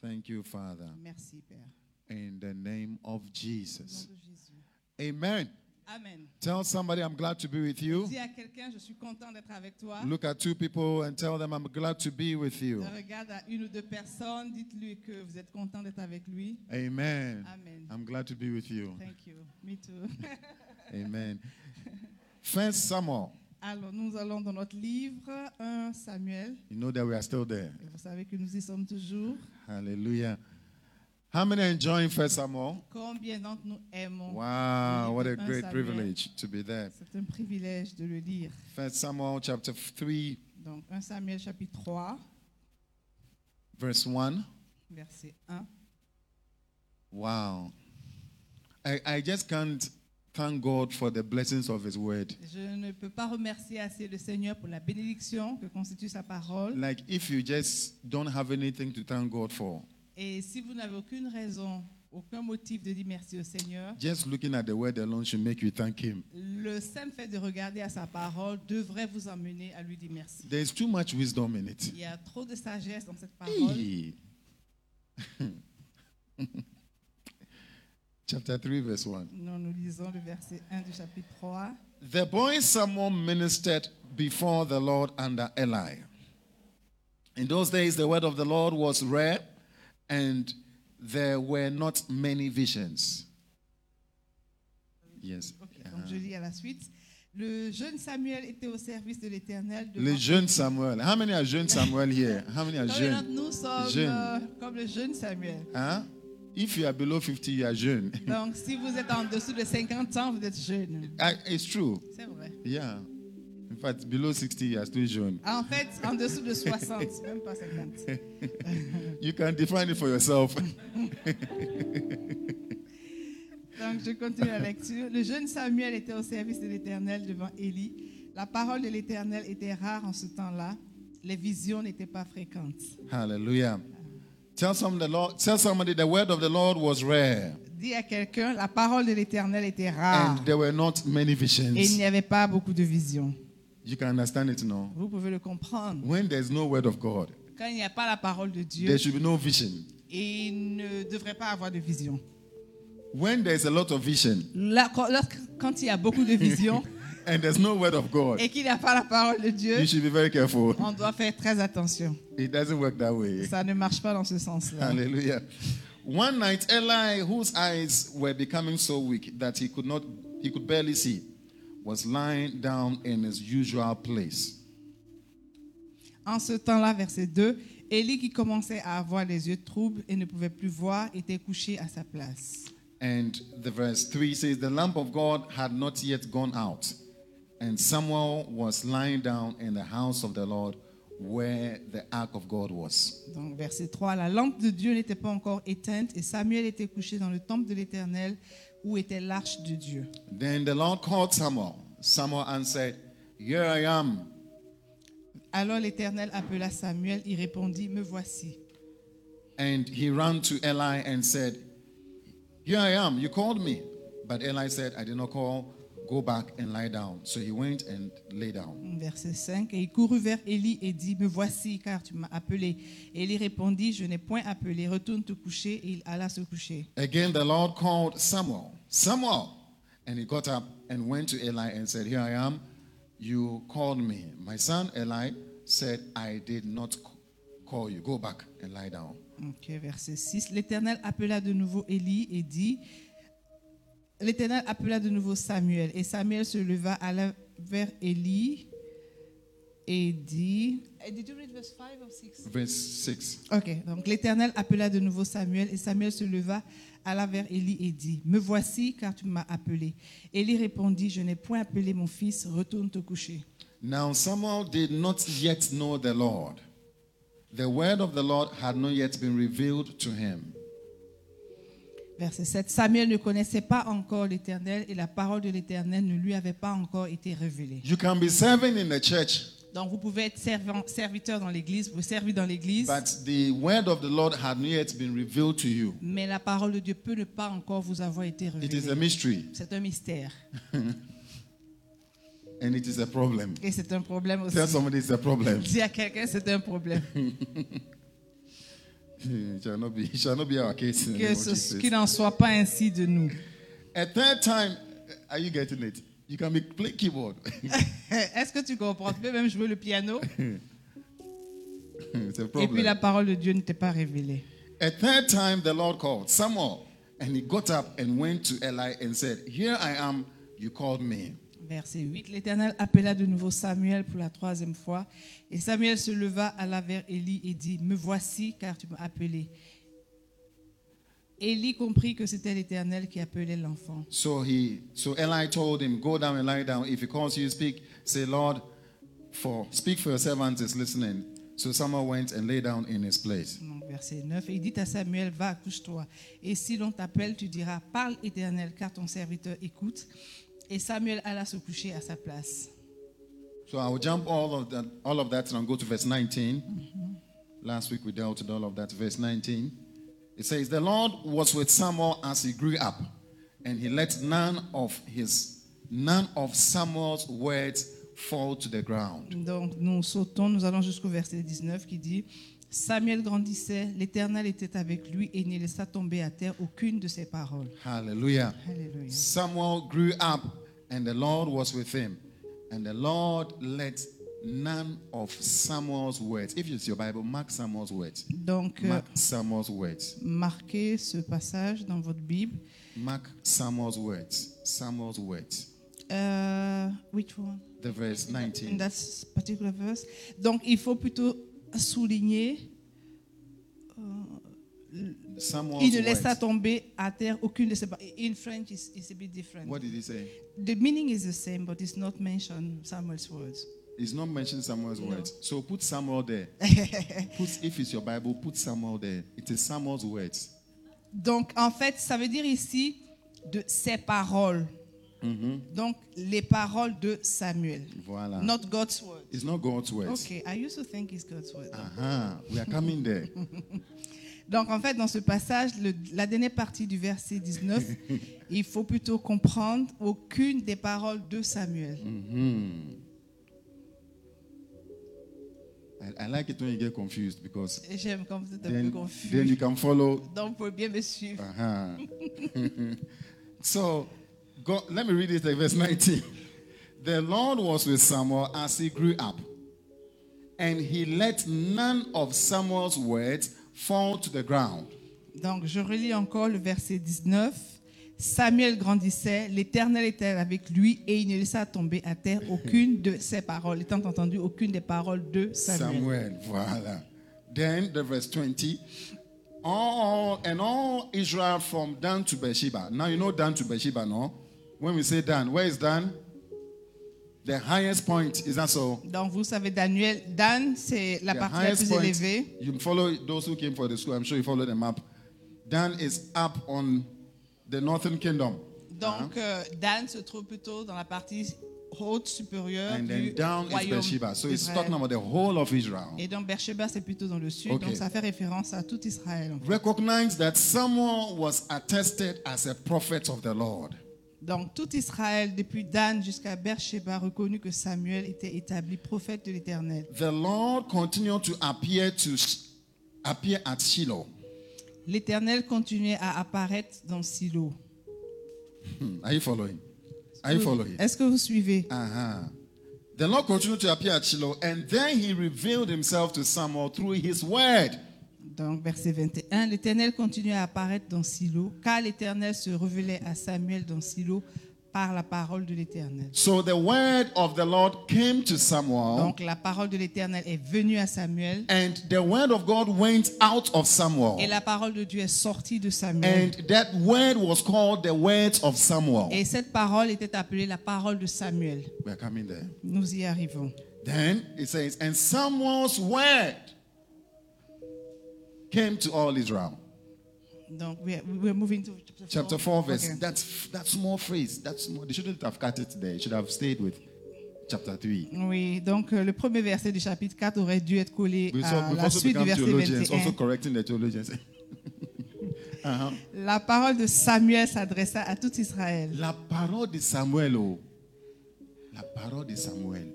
Thank you, Father. Merci, Père. In the name of Au nom Jesus. de Jésus. Amen. Amen. Tell somebody I'm glad to be with you. Dis à quelqu'un, je suis content d'être avec toi. Look at two people and tell them I'm glad to be with you. Regarde à une ou deux personnes, dites-lui que vous êtes content d'être avec lui. Amen. Amen. I'm glad to be with you. Thank you. Me too. Amen. First Samuel. Alors, nous allons dans notre livre 1 Samuel. You know that we are still there. Et vous savez que nous y sommes toujours. Hallelujah. How many are enjoying First Samuel? Combien d'entre nous aimons Wow, what a First great Samuel. privilege to be there. C'est un privilège de le lire. First Samuel chapter 3, Donc 1 Samuel chapitre 3, verse 1. verset 1. Wow. I, I just can't thank God for the blessings of His word. Je ne peux pas remercier assez le Seigneur pour la bénédiction que constitue sa parole. Like, if you just don't have anything to thank God for, Et si vous n'avez aucune raison, aucun motif de dire merci au Seigneur, just looking at the word alone should make you thank Him. le simple fait de regarder à sa parole devrait vous emmener à lui dire merci. There's too much wisdom in it. Il y a trop de sagesse dans cette parole. Hey. Chapter 3, verse 1. Nous, nous lisons le verset 1 du chapitre 3. The boy Samuel ministered before the Lord under Eli. In those days, the word of the Lord was rare, and there were not many visions. Yes. Ok, donc je lis à la suite. Le jeune Samuel était au service de l'Éternel. devant- Le jeune Samuel. How many are jeune Samuel here? How many are Combien d'entre jeune? nous sommes Jeune. euh, comme le jeune Samuel. Huh? If you are below 50, you are jeune. Donc, si vous êtes en dessous de 50 ans, vous êtes jeune. I- Ah, it's true. C'est vrai. Yeah. In fact, below 60, you are still jeune. En fait, en dessous de 60, même pas 50. You can define it for yourself. Donc, je continue la lecture. Le jeune Samuel était au service de l'Éternel devant Élie. La parole de l'Éternel était rare en ce temps-là. Les visions n'étaient pas fréquentes. Hallelujah. Tell some the Lord, tell somebody the word of the Lord was rare Dis à quelqu'un, la parole de l'Éternel était rare and there were not many et il visions. n'y avait pas beaucoup de visions. You can understand it now. Vous pouvez le comprendre. When there's no word of God, Quand il n'y a pas la parole de Dieu, there should be no vision. il ne devrait pas avoir de vision. When there's a lot of vision Là, quand, lorsque- quand il y a beaucoup de visions and there's no word of God, et qu'il n'y a pas la parole de you Dieu, should be very careful. on doit faire très attention. It doesn't work that way. Ça ne marche pas dans ce sens-là. Hallelujah. One night, Eli, whose eyes were becoming so weak that he could not, he could barely see, was lying down in his usual place. En ce temps-là, verset 2, Élie qui commençait à avoir les yeux troubles et ne pouvait plus voir était couché à sa place. And the verse 3 says, The lamp of God had not yet gone out, and Samuel was lying down in the house of the Lord where the ark of God was. Donc verset 3, la lampe de Dieu n'était pas encore éteinte et Samuel était couché dans le temple de l'Éternel où était l'arche de Dieu. Then the Lord called Samuel. Samuel answered, Here I am. Alors l'Éternel appela Samuel, il répondit, me voici. And he ran to Eli and said, Here I am. You called me. But Eli said, I did not call. Go back and lie down. So he went and lay down. Verset 5, et il courut vers Élie et dit, me voici car tu m'as appelé. Élie répondit, je n'ai point appelé, retourne te coucher, et il alla se coucher. Again, the Lord called Samuel, Samuel. And he got up and went to Eli and said, Here I am. You called me. My son Eli said, I did not c- call you. Go back and lie down. Ok, verset 6. L'Éternel appela de nouveau Élie et dit L'Éternel appela de nouveau Samuel. Et Samuel se leva, alla vers Élie et dit Uh, Did you read verse 5 or 6? Verse 6. Ok, donc l'Éternel appela de nouveau Samuel et Samuel se leva, alla vers Élie et dit Me voici car tu m'as appelé. Élie répondit Je n'ai point appelé mon fils, retourne te coucher. Now Samuel did not yet know the Lord. The word of the Lord had not yet been revealed to him. Verset 7. Samuel ne connaissait pas encore l'Éternel et la parole de l'Éternel ne lui avait pas encore été révélée. You can be serving in the church, Donc vous pouvez être servant- serviteur dans l'église, vous servez dans l'église, but the word of the Lord had not yet been revealed to you. mais la parole de Dieu peut ne pas encore vous avoir été It is a révélée. mystery C'est un mystère and it is a problem. et c'est un problème aussi. Tell somebody it's a problem. Dis à quelqu'un c'est un problème. it shall not be, it shall not be our case. in the Que name of ce- Jesus. qu'il n'en soit pas ainsi de nous. A third time, are you getting it? You can be play keyboard. Est-ce que tu comprends Tu peux même jouer le piano. it's a Et puis la problem. parole de Dieu ne t'est pas révélée. A third time, the Lord called Samuel, and he got up and went to Eli and said, "Here I am. You called me." Verset 8. L'Éternel appela de nouveau Samuel pour la troisième fois. Et Samuel se leva, alla vers Élie et dit, Me voici, car tu m'as appelé. Élie comprit que c'était l'Éternel qui appelait l'enfant. So he, so Eli told him, "Go down and lie down. If he calls you, speak. Say, Lord, for speak for your servant is listening." So Samuel went and lay down in his place. Donc, verset 9. Et il dit à Samuel, va, couche-toi. Et si l'on t'appelle, tu diras, parle Éternel, car ton serviteur écoute. Et Samuel alla se coucher à sa place. So I will jump all of that, all of that, and I'll go to verse 19. Last week we dealt with all of that. Verse 19, it says, "The Lord was with Samuel as he grew up, and he let none of his none of Samuel's words fall to the ground." Donc nous sautons, nous allons jusqu'au verset 19 qui dit Samuel grandissait, l'Éternel était avec lui et ne laissa tomber à terre aucune de ses paroles. Hallelujah. Alléluia. Samuel grew up, and the Lord was with him, and the Lord let none of Samuel's words. If it's your Bible, mark Samuel's words. Donc euh, Mark Samuel's words. marquez ce passage dans votre Bible. Mark Samuel's words. Samuel's words. Euh, which one? The verse In 19. that particular verse. Donc il faut plutôt souligner Samuel's il ne laissa words. tomber à terre aucune de ses paroles. In French it's, it's a bit different. What did he say? The meaning is the same but it's not mentioned Samuel's words. He's not mentioning Samuel's No. words. So put Samuel there. put, if it's your Bible, put Samuel there. It is Samuel's words. Donc, en fait, ça veut dire ici de ses paroles. Donc, les paroles de Samuel. Voilà. Not God's word. It's not God's words. Ok, I used to think it's God's word. Uh-huh. We are coming there. Donc, en fait, dans ce passage, le- la dernière partie du verset 19, il faut plutôt comprendre aucune des paroles de Samuel. I, I like it when you get confused because Et J'aime quand vous êtes un peu then, then you confus. can follow. Donc, vous pouvez bien me suivre. Uh-huh. so go, let me read it in verse 19. The Lord was with Samuel as he grew up, and he let none of Samuel's words fall to the ground. Donc, je relis encore le verset 19. Samuel grandissait, l'Éternel était avec lui et il ne laissa tomber à terre aucune de ses paroles, étant entendu aucune des paroles de Samuel. Samuel, voilà. Then the verse 20. All and all Israel from Dan to Beersheba. Now you know Dan to Beersheba, no? When we say Dan, where is Dan? The highest point, is that so? Donc, vous savez, Daniel, Dan, c'est la the partie la highest plus point. élevée. You follow those who came for the school. I'm sure you follow the map. Dan is up on the northern kingdom. Uh-huh. Ah. Donc, euh, Dan se trouve plutôt dans la partie haute, supérieure And du then down is royaume Beersheba. So it's d'Israël. talking about the whole of Israel. Et donc, Beersheba, c'est plutôt dans le sud. Ok. Donc, ça fait référence à tout Israël. Recognize that Samuel was attested as a prophet of the Lord. Donc tout Israël, depuis Dan jusqu'à Beersheba, reconnu que Samuel était établi prophète de l'Éternel. The Lord continued to appear to appear at Shiloh. L'Éternel continuait à apparaître dans Silo. Hmm, Are you following? Are Mm. you following? Est-ce que vous suivez Uh-huh. The Lord continued to appear at Shiloh, and then he revealed himself to Samuel through his word. Donc verset 21, l'Éternel continuait à apparaître dans Silo, car l'Éternel se révélait à Samuel dans Silo par la parole de l'Éternel. So the word of the Lord came to Samuel, Donc la parole de l'Éternel est venue à Samuel, and the word of God went out of Samuel. et la parole de Dieu est sortie de Samuel. And that word was called the words of Samuel. Et cette parole était appelée la parole de Samuel. We're coming there. Nous y arrivons. Then it says, and Samuel's word came to all Israel. Donc, we are, we are moving to Chapter 4, verse. Okay. That's that small phrase. That small. They shouldn't have cut it there. It should have stayed with chapter 3. Oui, donc euh, le premier verset du chapitre 4 aurait dû être collé We've à we've Ah, la suite du verset theologians, 21. also correcting the theologians. Uh-huh. La parole de Samuel s'adressa à tout Israël. La parole de Samuel. oh. La parole de Samuel.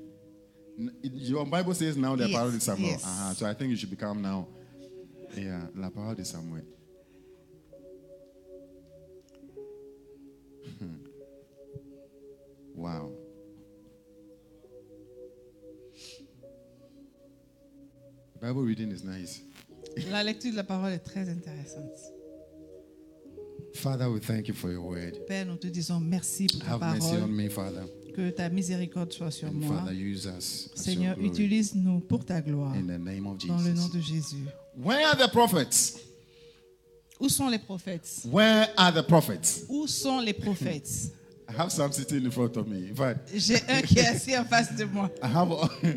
N- Your Bible says now the Yes, parole de Samuel. yes. Uh-huh. So I think you should become now Et euh, la parole de Samuel. Hmm. wow. The Bible reading is nice. La lecture de la parole est très intéressante. Father, we thank you for your word. Père, nous te disons merci pour ta Have mercy parole. on me, Father. Que ta miséricorde soit sur And moi. Father, use us. as your Seigneur, glory. utilise-nous pour ta gloire. In the name of Dans le nom Jesus. de Jésus. Where are the prophets? Où sont les prophètes Where are the prophets? Où sont les prophètes I have some sitting in front of me. In fact, J'ai un qui est assis en face de moi. I have.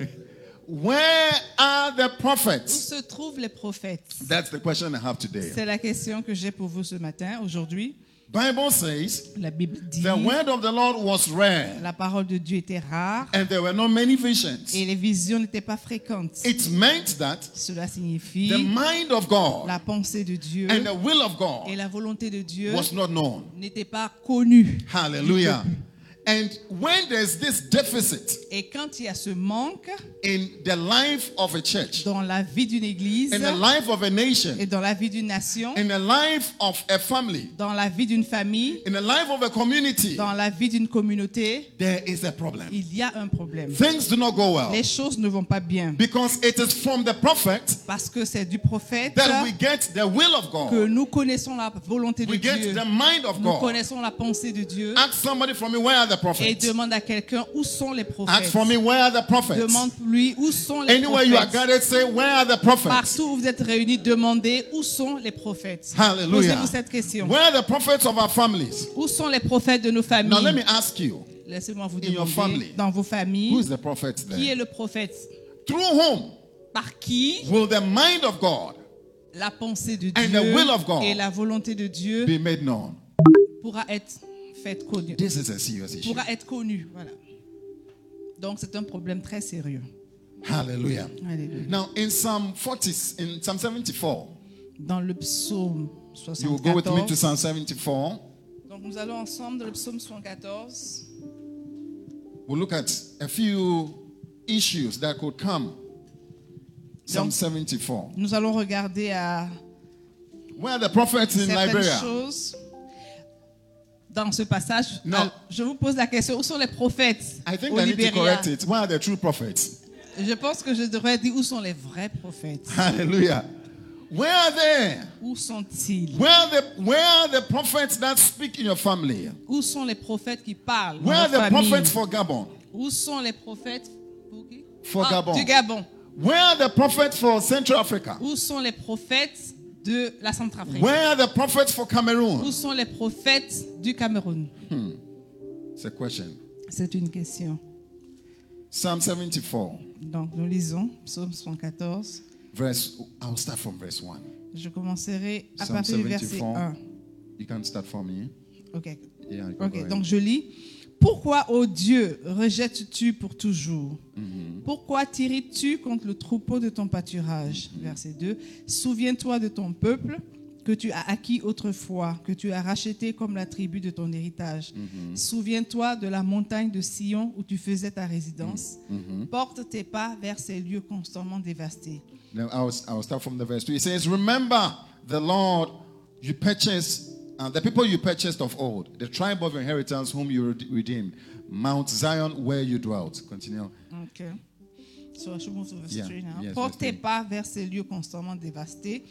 Where are the Où prophets? se trouvent les prophètes That's the question I have today. C'est la question que j'ai pour vous ce matin, aujourd'hui. Bible says La Bible dit the word of the Lord was rare, la parole de Dieu était rare and there were not many visions. et les visions n'étaient pas fréquentes. It meant that Cela the signifie mind of God la pensée de Dieu and the will of et God la volonté de Dieu was not known. n'étaient pas connues. Hallelujah. And when there's this deficit Et quand il y a ce manque in the life of a church, dans la vie d'une église in the life of a et nation, dans la vie d'une nation, in the life of a family, dans la vie d'une famille, in the life of a community, dans la vie d'une communauté, there is a problem. il y a un problème. Things do not go well Les choses ne vont pas bien because it is from the prophet parce que c'est du prophète that we get the will of que God. nous connaissons la volonté de We get Dieu. the mind of Nous God. connaissons la pensée de Dieu Ask somebody from me, where are the et prophets? demande à quelqu'un où sont les Ask prophètes. for me, where are the prophets? Demande-lui où sont les Anywhere you are prophètes. gathered, say, where are the prophets? Partout où vous êtes réunis, demandez où sont les prophètes. Hallelujah. Posez-vous cette question. Where are the prophets of our families? Où sont les prophètes de nos Now let me familles ask you, Laissez-moi vous In your family. demander dans vos who familles is the prophet qui est there? le prophète Through whom Par qui will the mind of God la pensée de And the will of God. Dieu et la volonté de Dieu be made known? pourra être faite connue. This is a serious issue. Pourra être connue. Voilà. Donc c'est un problème très sérieux. Hallelujah. Alléluia. Mm-hmm. Now in Psalm 40, in Psalm 74, dans le psaume you will go with me to 74. Psalm 74. Donc nous allons ensemble dans le psaume 74. We'll look at a few issues that could come. Psalm Donc- 74. Nous allons regarder à Where are the prophets in certaines Liberia? choses dans ce passage. Non. Alors, Je vous pose la question, où sont les prophètes I think au I need to Libéria correct it. Where are the true prophets? Je pense que je devrais dire où sont les vrais prophètes Hallelujah. Where are they? Où sont-ils Where are the where are the prophets that speak in your family? Où sont les prophètes qui parlent Where are dans the la famille prophets for Gabon? Où sont les prophètes pour qui For Ah, Gabon. Du Gabon. Where are the prophets for Central Africa? Où sont les prophètes de la Centrafrique Where are the prophets for Où Cameroon? sont les prophètes du Cameroun It's a question. C'est une question. Psalm 74, Donc, nous lisons psaume 114. verse. I'll start from verse 1. Je commencerai à Psalm partir du verset 74. 1. You can start from here. Ok. Yeah, you can go Ok, ahead. donc je lis. Pourquoi, ô Dieu, rejettes-tu pour toujours Pourquoi t'iris-tu contre le troupeau de ton pâturage Verset 2. Souviens-toi de ton peuple que tu as acquis autrefois, que tu as racheté comme la tribu de ton héritage. Souviens-toi de la montagne de Sion où tu faisais ta résidence. Porte tes pas vers ces lieux constamment dévastés. Now I'll, I'll start from the verse 2. It says, Remember the Lord you purchased, uh, the people you purchased of old, the tribe of your inheritance whom you rede- redeemed, Mount Zion where you dwelt. Continue. Ok. So I should move to verse Yeah. three now. Yes, Porte verse three. tes hein. pas vers ces lieux constamment dévastés.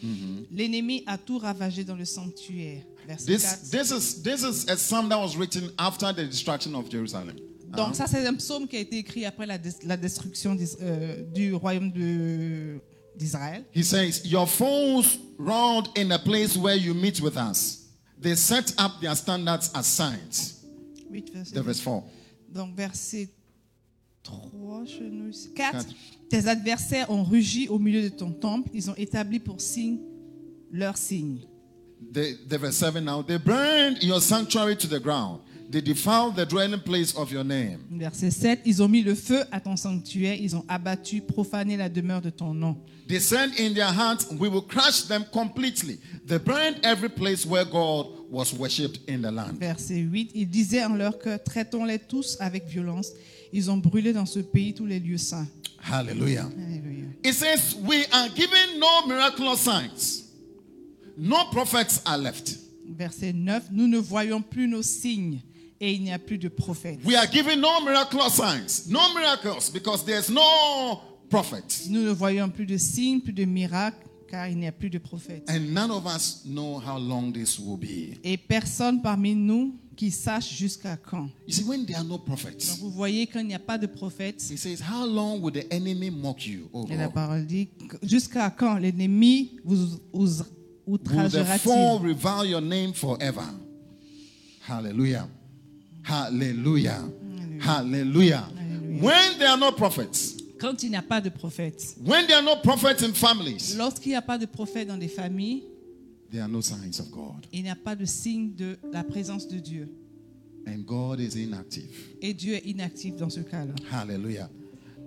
L'ennemi a tout ravagé dans le sanctuaire. Verset This, 4. this, is, this is a psalm that was written after the destruction of Jerusalem. Donc ça, c'est un psaume qui a été écrit après la, des- la destruction d'Is- euh, du royaume de- d'Israël. He says, Your foes rolled in a place where you meet with us. They set up their standards as signs. Huit versets. The verse 4. Donc verset 3, chenouille, 4. Quatre. Tes adversaires ont rugi au milieu de ton temple. Ils ont établi pour signe leur signe. The, the verse 7 now. They burned your sanctuary to the ground. They defiled the dwelling place of your name. Verset 7, ils ont mis le feu à ton sanctuaire, ils ont abattu, profané la demeure de ton nom. They said in their hearts, We will crush them completely. They burned every place where God was worshipped in the land. Verset 8, ils disaient en leur cœur, traitons-les tous avec violence. Ils ont brûlé dans ce pays tous les lieux saints. Hallelujah. Alléluia. It says, We are given no miraculous signs, no prophets are left. Verset 9, nous ne voyons plus nos signes et il n'y a plus de prophètes. We are given no miraculous signs, no miracles, because there's no prophet. Nous ne voyons plus de signes, plus de miracles, car il n'y a plus de prophètes. And none of us know how long this will be. Et personne parmi nous qui sache jusqu'à quand. You see, when there are no Donc prophets, vous voyez, quand il n'y a pas de prophètes, he says, How long will the enemy mock you? Oh et la God. parole dit, jusqu'à quand l'ennemi vous, vous Will the foe outragera-t-il revile your name forever? Hallelujah. Hallelujah. Hallelujah. Hallelujah. When there are no prophets, Quand il n'y a pas de prophètes, when there are no prophets in families, lorsqu'il n'y a pas de prophètes dans des familles, there are no signs of God. il n'y a pas de signe de la présence de Dieu. And God is inactive. Et Dieu est inactif dans ce cas-là. Hallelujah.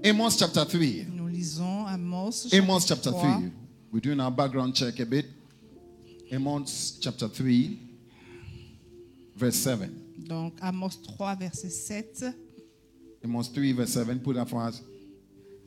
Amos chapter 3. Nous lisons Amos, Amos chapter chapitre 3. 3. We're doing our background check a bit. Amos chapter 3, verse 7. Donc Amos 3, verset 7. Amos 3, verse 7. Put that for us.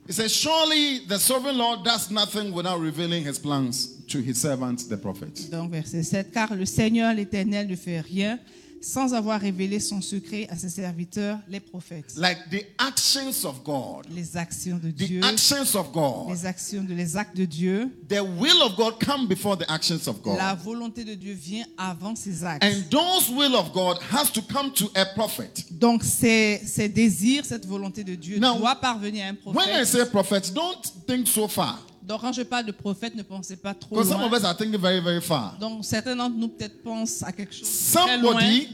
It says, Surely the sovereign Lord does nothing without revealing his plans to his servants, the prophets. Donc verset 7. Car le Seigneur l'Éternel ne fait rien sans avoir révélé son secret à ses serviteurs, les prophètes. Like the actions of God, Les actions de the Dieu, actions of God, les actions de les actes de Dieu, the will of God come before the actions of God. la volonté de Dieu vient avant ses actes. And those will of God has to come to a prophet. Donc ces, ces désirs, cette volonté de Dieu Now, doit parvenir à un prophète. When I say prophets, don't think so far. Donc quand je parle de prophète, ne pensez pas trop Because some loin. of us are thinking very, very far. Donc certains d'entre nous peut-être pensent à quelque chose de très loin. Somebody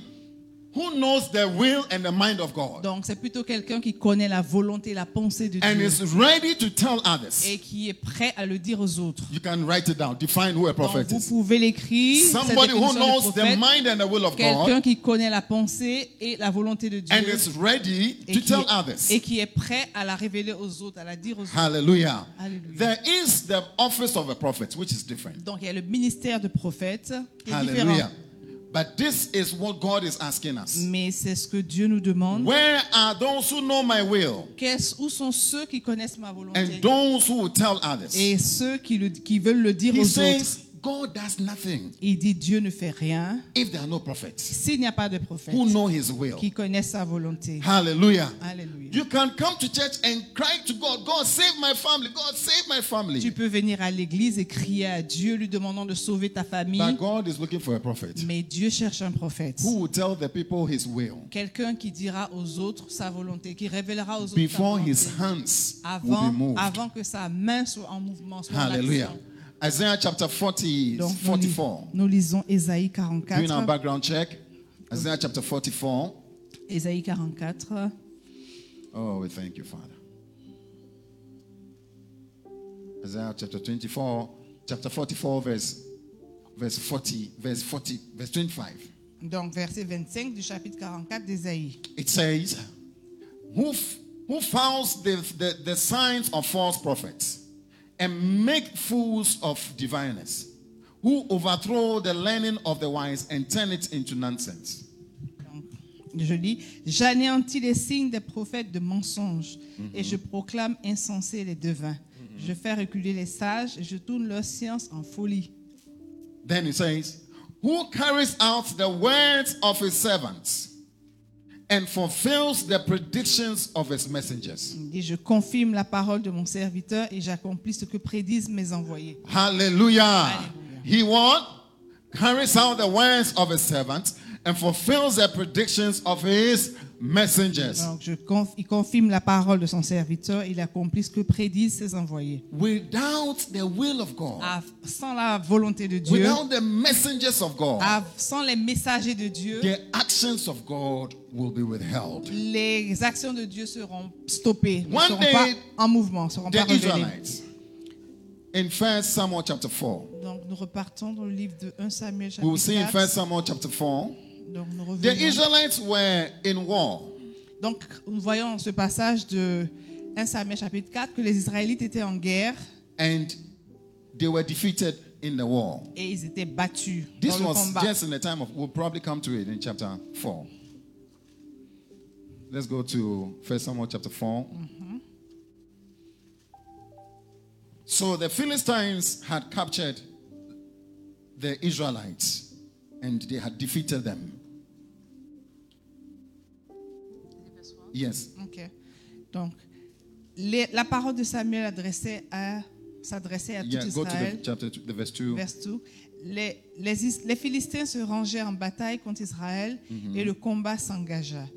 who knows the will and the mind of God Donc c'est plutôt quelqu'un qui connaît la volonté, la pensée de and Dieu is ready to tell others. et qui est prêt à le dire aux autres. You can write it down. Define who a Donc, prophet vous is. pouvez l'écrire. cette Somebody who définition de knows the prophète, mind and the will of God Quelqu'un qui connaît la pensée et la volonté de Dieu and is ready et, to qui tell est, others. et qui est prêt à la révéler aux autres, à la dire aux autres. Hallelujah. Hallelujah. There is the office of a prophet, which is different. Donc il y a le ministère de prophète qui est différent. Hallelujah. But this is what God is asking us. Mais c'est ce que Dieu nous demande. Where are those who know my will Qu'est-ce- où sont ceux qui connaissent ma volonté and those who will tell others? et ceux qui, le- qui veulent le dire He aux autres says, God does nothing Il dit Dieu ne fait rien if there are no prophets s'il n'y a pas de prophète who know His will. qui connaissent sa volonté. Hallelujah. Alléluia. You can come to church and cry to God, God save my family, God save my Tu family. peux venir à l'église et crier à Dieu, lui demandant de sauver ta But famille. God is looking for a prophet Mais Dieu cherche un prophète. who will tell the people His will Quelqu'un qui dira aux autres sa volonté, qui révélera aux autres sa before volonté. His hands will be Avant, moved. avant que sa main soit en mouvement. Soit en Hallelujah. action. Isaiah chapter 40, Donc, nous, lis- 44. nous lisons Ésaïe Doing our 44. background check. Isaiah chapter 44. Ésaïe 44. Oh, we thank you, Father. Isaiah chapter 24, chapter 44, verse, verse 40, verse 40, verse 25. Donc, verset 25 du chapitre 44 d'Ésaïe. It says, Who, f- who founds the, the, the signs of false prophets and make fools of diviners, who overthrow the learning of the wise and turn it into nonsense? Donc, Je lis J'anéantis les signes des prophètes de mensonges et je proclame insensés les devins. Je fais reculer les sages et je tourne leur science en folie. Then it says, Who carries out the words of his servants and fulfills the predictions of his messengers. Il dit Je confirme la parole de mon serviteur et j'accomplis ce que prédisent mes envoyés. Hallelujah. Hallelujah. He what? Carries out the words of his servants and fulfills the predictions of his messengers. Donc, je conf- il confirme la parole de son serviteur et il accomplit ce que prédisent ses envoyés. Without the will of God, Ah, sans la volonté de Dieu, without the messengers of God, ah, sans les messagers de Dieu, the actions of God will be withheld. les actions de Dieu seront stoppées, ne One seront day, pas en mouvement, ne seront pas The révélées. Israelites. In 1 Samuel chapter 4, Donc nous repartons dans le livre de 1 Samuel We will see in chapitre 1 4. Samuel chapter 4. Donc nous The revenons. Israelites were in war. Donc nous voyons ce passage de 1 Samuel chapitre 4 que les Israélites étaient en guerre and they were defeated in the war. et ils étaient battus This dans le was combat. just in the time of, we'll probably come to it in chapter 4. Let's go to 1 Samuel chapter 4. So the Philistines had captured the Israelites and they had defeated them. Yes. Ok. Donc, les- la parole de Samuel adressée à- s'adressait à tout Yeah, go to the Israël. chapter two, the verse 2. Verse 2. Les, les Is- les Philistins se rangèrent en bataille contre Israël Mm-hmm. et le combat s'engagea.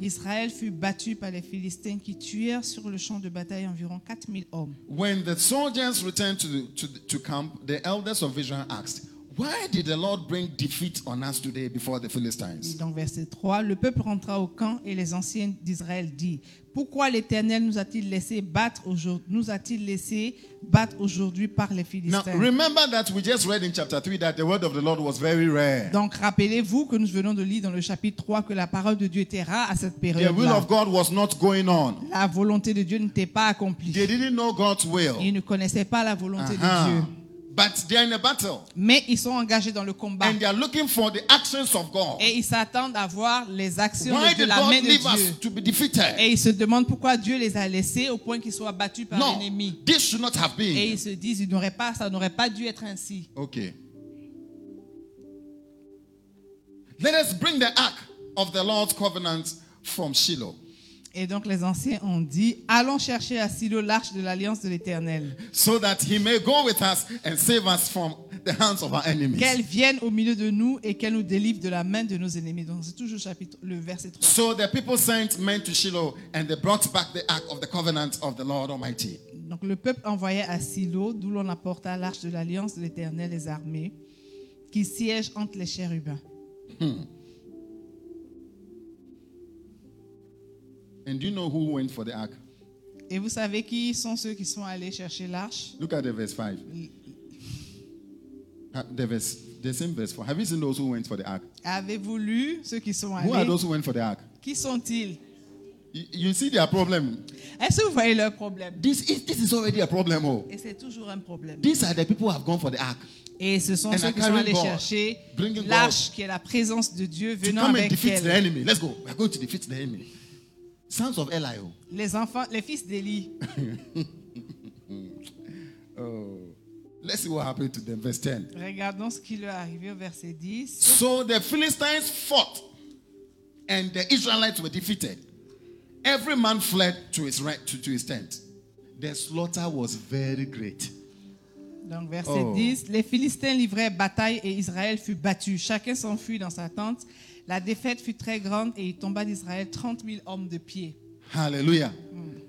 Israël fut battu par les Philistins qui tuèrent sur le champ de bataille environ 4000 hommes. When the soldiers returned to, to, to camp, the elders of Israel asked, Why did the Lord bring defeat on us today before the Philistines? Donc verset 3, le peuple rentra au camp et les anciens d'Israël dirent, pourquoi l'Éternel nous a-t-il laissé battre aujourd'hui nous a-t-il laissé battre aujourd'hui par les Now, Philistins remember that we just read in chapter 3 that the word of the Lord was very rare. Donc rappelez-vous que nous venons de lire dans le chapitre 3 que la parole de Dieu était rare à cette The période. will of God was not going on. La volonté de Dieu n'était pas accomplie. They didn't know God's will. Ils ne connaissaient pas la volonté Uh-huh. de Dieu. But they're in a battle Mais ils sont engagés dans le combat. and they're looking for the actions of God. Et ils s'attendent à voir les actions Why de Dieu, did la main God de leave us to Dieu. be Et defeated? ils se demandent pourquoi Dieu les a laissés au point qu'ils soient battus par No, l'ennemi. this should not have Et been. ils se disent, ils n'auraient pas, ça n'aurait pas dû être ainsi. Okay. Let us bring the ark of the Lord's covenant from Shiloh. Et donc les anciens ont dit, allons chercher à Silo l'arche de l'alliance de l'Éternel, so that he may go with us and save us from the hands of our qu'elle enemies. vienne au milieu de nous et qu'elle nous délivre de la main de nos ennemis. Donc c'est toujours chapitre, le verset 3. So the people sent men to Shiloh and they brought back the ark of the covenant of the Lord Almighty. Donc le peuple envoyait à Silo, d'où l'on apporta l'arche de l'alliance de l'Éternel des armées, qui siège entre les chérubins. And do you know who went for the ark? Et vous savez qui sont ceux qui sont allés chercher l'arche Look at the verse 5. Uh, The, verse, the same verse 4. Have you seen those who went for the ark? Avez-vous lu ceux qui sont Who are allés those who went for the ark? Qui sont-ils You, you see their problem. Est-ce que vous voyez leur problème This is, this is already a problem. Oh. Et c'est toujours un problème. These are the people who have gone for the ark Et ce sont And ceux are qui sont carrying allés God, chercher bringing l'arche qui est la présence de Dieu to venant come and avec defeat the elle. enemy. Let's go. We are going to defeat the enemy. Sons of oh. Elio. Les enfants, les fils d'Élie. Oh, let's see what happened to them. Verse 10. Regardons ce qui leur est arrivé au verset 10. So the Philistines fought, and the Israelites were defeated. Every man fled to his right to, to his tent. The slaughter was very great. Donc verset Oh. 10, les Philistins livraient bataille et Israël fut battu. Chacun s'enfuit dans sa tente. La défaite fut très grande et il tomba d'Israël 30 000 hommes de pied. Hallelujah.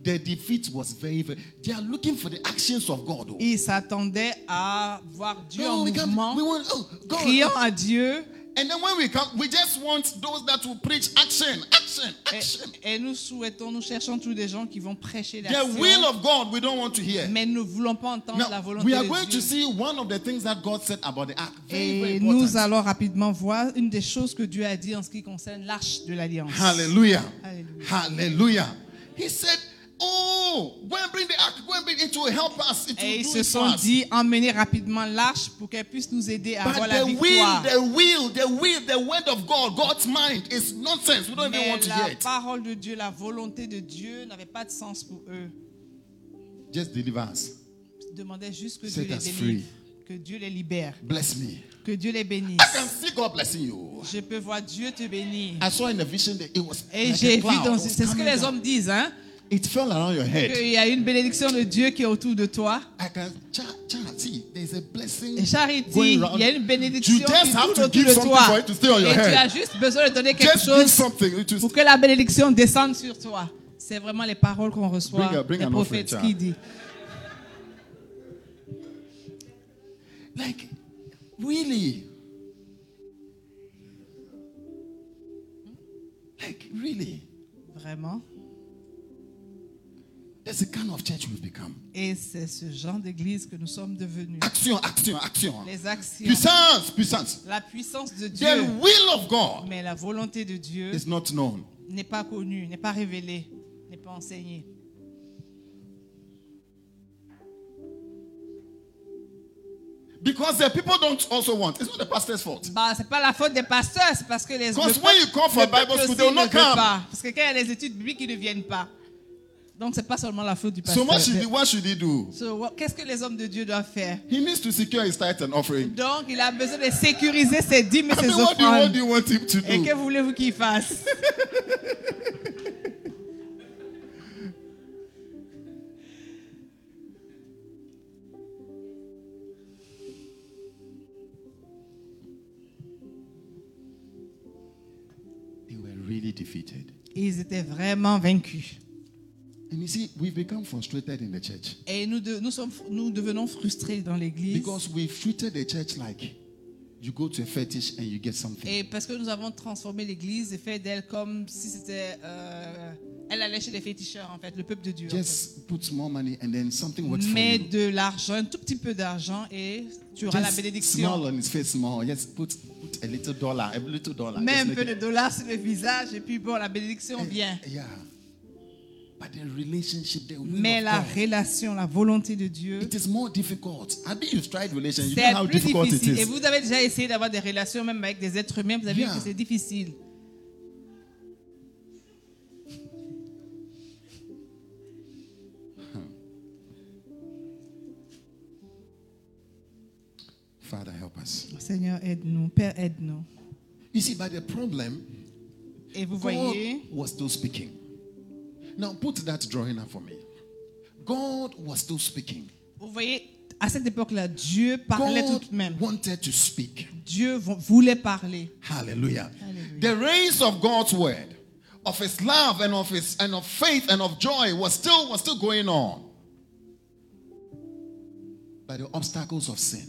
The defeat was very, very. They are looking for the actions of God. Oh, Ils s'attendaient à voir Dieu No, en we can't- mouvement, we want, oh, God. criant à Dieu. And then when we come, we just want those that will preach action, action, Eh, action. Et, et nous souhaitons, nous cherchons tous des gens qui vont prêcher l'action, The will of God we don't want to hear. mais nous ne voulons pas entendre la Now, volonté we are de going Dieu. to see one of the things that God said about the ark. Very, very Et important. Eh, nous allons rapidement voir une des choses que Dieu a dit en ce qui concerne l'arche de l'alliance. Hallelujah. Hallelujah. Hallelujah. He said, Oh, go and bring the ark, go and bring it to help us. It will Et ils do se it for Eh, sont us. dit emmener rapidement l'arche pour qu'elle puisse nous aider à avoir But la the will, victoire. the will, the will, the word of God, God's mind is nonsense. We don't even Mais want to hear la it. parole de Dieu, la volonté de Dieu n'avait pas de sens pour eux. Just deliver us. Ils demandaient juste que Set Dieu les us délivre, que Dieu les libère, Bless me. que Dieu les bénisse. I can see God blessing you. Je peux voir Dieu te bénir. I saw in the vision that it was. Et like j'ai a vu cloud. dans It was c'est ce que coming les down. hommes disent, hein, It fell around your head. qu'il y a une bénédiction de Dieu qui est autour de toi. I can cha, cha, see. There's a blessing. Et Charity, going il round. y a une bénédiction You qui just have tourne to autour give de something for toi. it to stay on your Et tu head. as juste besoin de donner quelque Just give chose something. It will pour que la bénédiction descende sur toi. C'est vraiment les paroles qu'on reçoit Bring a- bring des an prophètes offering, qui child. disent. Like, really? Like, really? Vraiment. That's the kind of church we've become. Et c'est ce genre d'église que nous sommes devenus. Action, action, action. Les actions, Puissance, puissance. la puissance de Dieu, The will of God mais la volonté de Dieu is not known. n'est pas connue, n'est pas révélée, n'est pas enseignée. Because the people don't also want. It's not the pastor's fault. Bah, c'est pas la faute des pasteurs, c'est parce que les Because le when peuple- you come for le peuple Bible school, aussi they will ne not veut come. pas. Parce que quand il y a les études bibliques, ils ne viennent pas. Donc, ce n'est pas seulement la faute du So pasteur. what should he, what should he do? So, what- Qu'est-ce que les hommes de Dieu doivent faire He needs to secure his tithe and offering. Donc, il a besoin de sécuriser ses dîmes et I ses mean, what do, you, what offrandes. do you want him to Et que do? voulez-vous qu'il fasse They were really defeated. Ils étaient vraiment vaincus. And you see, we've become frustrated in the church Et nous, de- nous, sommes, nous devenons frustrés dans l'Église. because we've treated the church like you go to a fetish and you get something. Et parce que nous avons transformé l'Église et fait d'elle comme si c'était... euh, elle allait chez les féticheurs, en fait, le peuple de Dieu. en Just put more money and then something works for Mets you. de l'argent, un tout petit peu d'argent et tu auras la Just smile bénédiction. on his face, small. Yes, put, put a little dollar, a little dollar. Mets Just un make peu it- de dollars sur le visage et puis bon, la bénédiction Eh, vient. Yeah. But the relationship, the will Mais of la God, relation, la volonté de Dieu, it is more difficult. I mean, you've tried relationship. You c'est know how plus difficult it difficile. Et is. vous avez déjà essayé d'avoir des relations même avec des êtres humains, vous avez vu Yeah. que c'est difficile. Father, help us. Seigneur, aide-nous. Père, aide-nous. You see, but the problem, Et vous God voyez, was still speaking. Now, put that drawing up for me. God was still speaking. vous voyez, à cette époque-là, Dieu parlait tout God de même. wanted to speak. Dieu vo- voulait parler. Hallelujah. Hallelujah. The rays of God's word, of his love and of his and of faith and of joy was still was still going on. But the obstacles of sin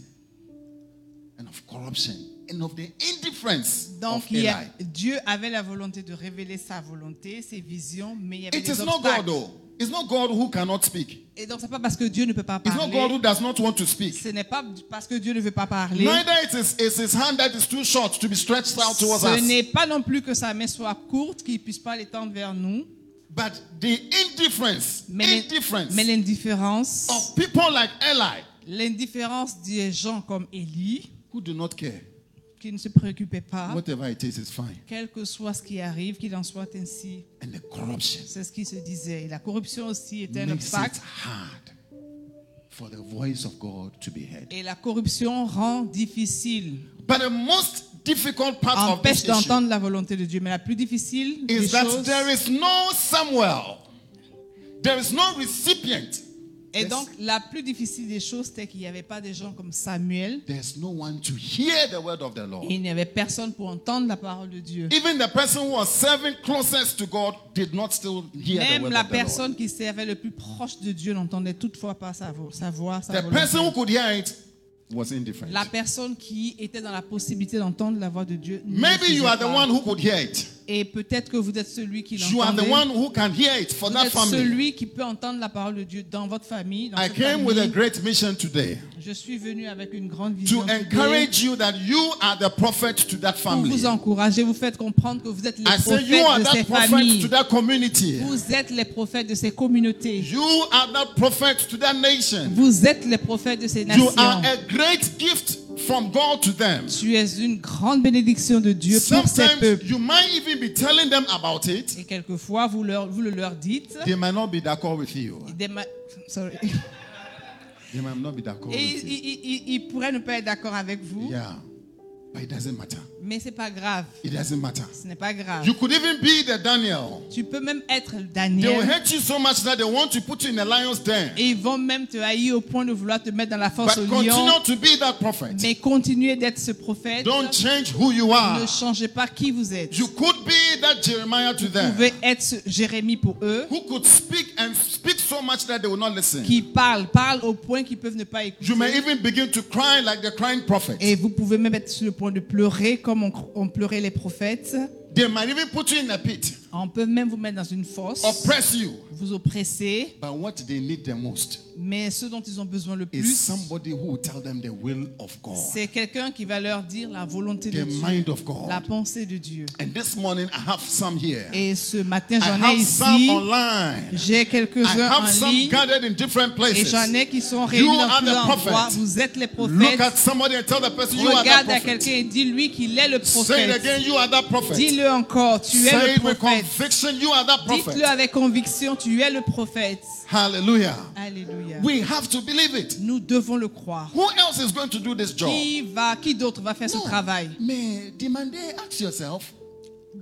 and of corruption and of the indifference Donc, of il y a- Eli. Dieu avait la volonté de révéler sa volonté, ses visions, mais il y avait It des is not God obstacles. though. It's not God who cannot speak. Et donc, c'est pas parce que Dieu ne peut pas It's not God parler. who does not want to speak. Ce n'est pas parce que Dieu ne veut pas parler. Neither it is, is his hand that is too short to be stretched out towards Ce us. n'est pas non plus que sa main soit courte, qu'il ne puisse pas l'étendre vers nous. But the indifference, Mais l'in- indifference mais l'indifférence, of people like Eli l'indifférence des gens comme Élie, who do not care. qui ne se préoccupait pas, Whatever it is, it's fine. quel que soit ce qui arrive, qu'il en soit ainsi. And the corruption C'est ce qui se disait. Et la corruption aussi était un makes it obstacle. hard for the voice of God to be heard. Et la corruption rend difficile, But the most difficult part of empêche this issue d'entendre la volonté de Dieu. Mais la plus difficile des is that choses, there is no Samuel, there is no recipient, et donc la plus difficile des choses, c'était qu'il n'y avait pas des gens comme Samuel. there's no one to hear the word of the Lord. Il n'y avait personne pour entendre la parole de Dieu. Even the person who was serving closest to God did not still hear the Même word la of the Lord. personne qui servait le plus proche de Dieu n'entendait toutefois pas sa, vo- sa voix, sa The volonté. person who could hear it was indifferent. La personne qui était dans la possibilité d'entendre la voix de Dieu. ne Maybe you faisait are the pas. one who could hear it. Et peut-être que vous êtes celui qui You are the l'entend. one who can hear it for Vous that êtes family. celui qui peut entendre la parole de Dieu dans votre famille. Dans I votre came with a famille. great mission today Je suis venu avec une grande to vision today encourage you that you are the prophet to that pour family. vous encourager, vous faites comprendre que vous êtes les I say prophètes you are de ces that prophet to familles. that community. Vous êtes les prophètes de ces communautés. You are that prophet to that nation. Vous êtes les prophètes de ces You nations. are a great gift from God to them. Tu es une grande bénédiction de Dieu pour ces Sometimes peuples. you might even be telling them about it. Et quelquefois, vous, leur, vous le leur dites. They might not be d'accord with you. Des ma- Sorry. They might not be d'accord Et ils, with you. ils- ils- ils pourraient ne pas être d'accord avec vous, Yeah. But it doesn't matter. mais c'est pas grave. It doesn't matter. Ce n'est pas grave. You could even be the Daniel. Tu peux même être They will Daniel. hate you so much that they want to put you in a lion's den. Et ils vont même te haïr au point de vouloir te mettre dans la But force au lion. continue to be that prophet. Mais continuez d'être ce prophète. Don't change who you are. Ne changez pas qui vous êtes. You could be that Jeremiah to Vous them pouvez être ce Jérémie pour eux, who could speak and speak so much that they will not listen. qui parlent, parlent au point qu'ils peuvent ne pas You may écouter. even begin to cry like the crying prophet. Et vous pouvez même être sur le point de pleurer comme on, on pleurait les prophètes. They might even put you in a pit, On peut même vous mettre dans une fosse, oppress you. vous oppresser. But what they need the most Mais ce dont ils ont besoin le is plus, somebody who will tell them the will of God, c'est quelqu'un qui va leur dire la volonté de the Dieu, mind of la God. pensée de Dieu. And this morning I have some here. Et ce matin, I j'en ai have some ici, online. j'ai I quelques-uns have en some ligne, gathered in different et j'en places. ai qui sont réunis dans are the plusieurs endroits. prophet. Vous êtes les Look prophètes. at somebody and tell the person you are that Regarde à prophet. quelqu'un et dis-lui qu'il est le Say it prophète. again, you are that prophet. Dis-le encore, tu es Say le it with prophète. conviction, you are that Dites-le prophet. avec conviction, tu es le prophète. Hallelujah. Alléluia. We have to believe it. Nous devons le croire. Who else is going to do this job? Qui va, qui d'autre va faire ce No. travail Mais demandez, ask yourself.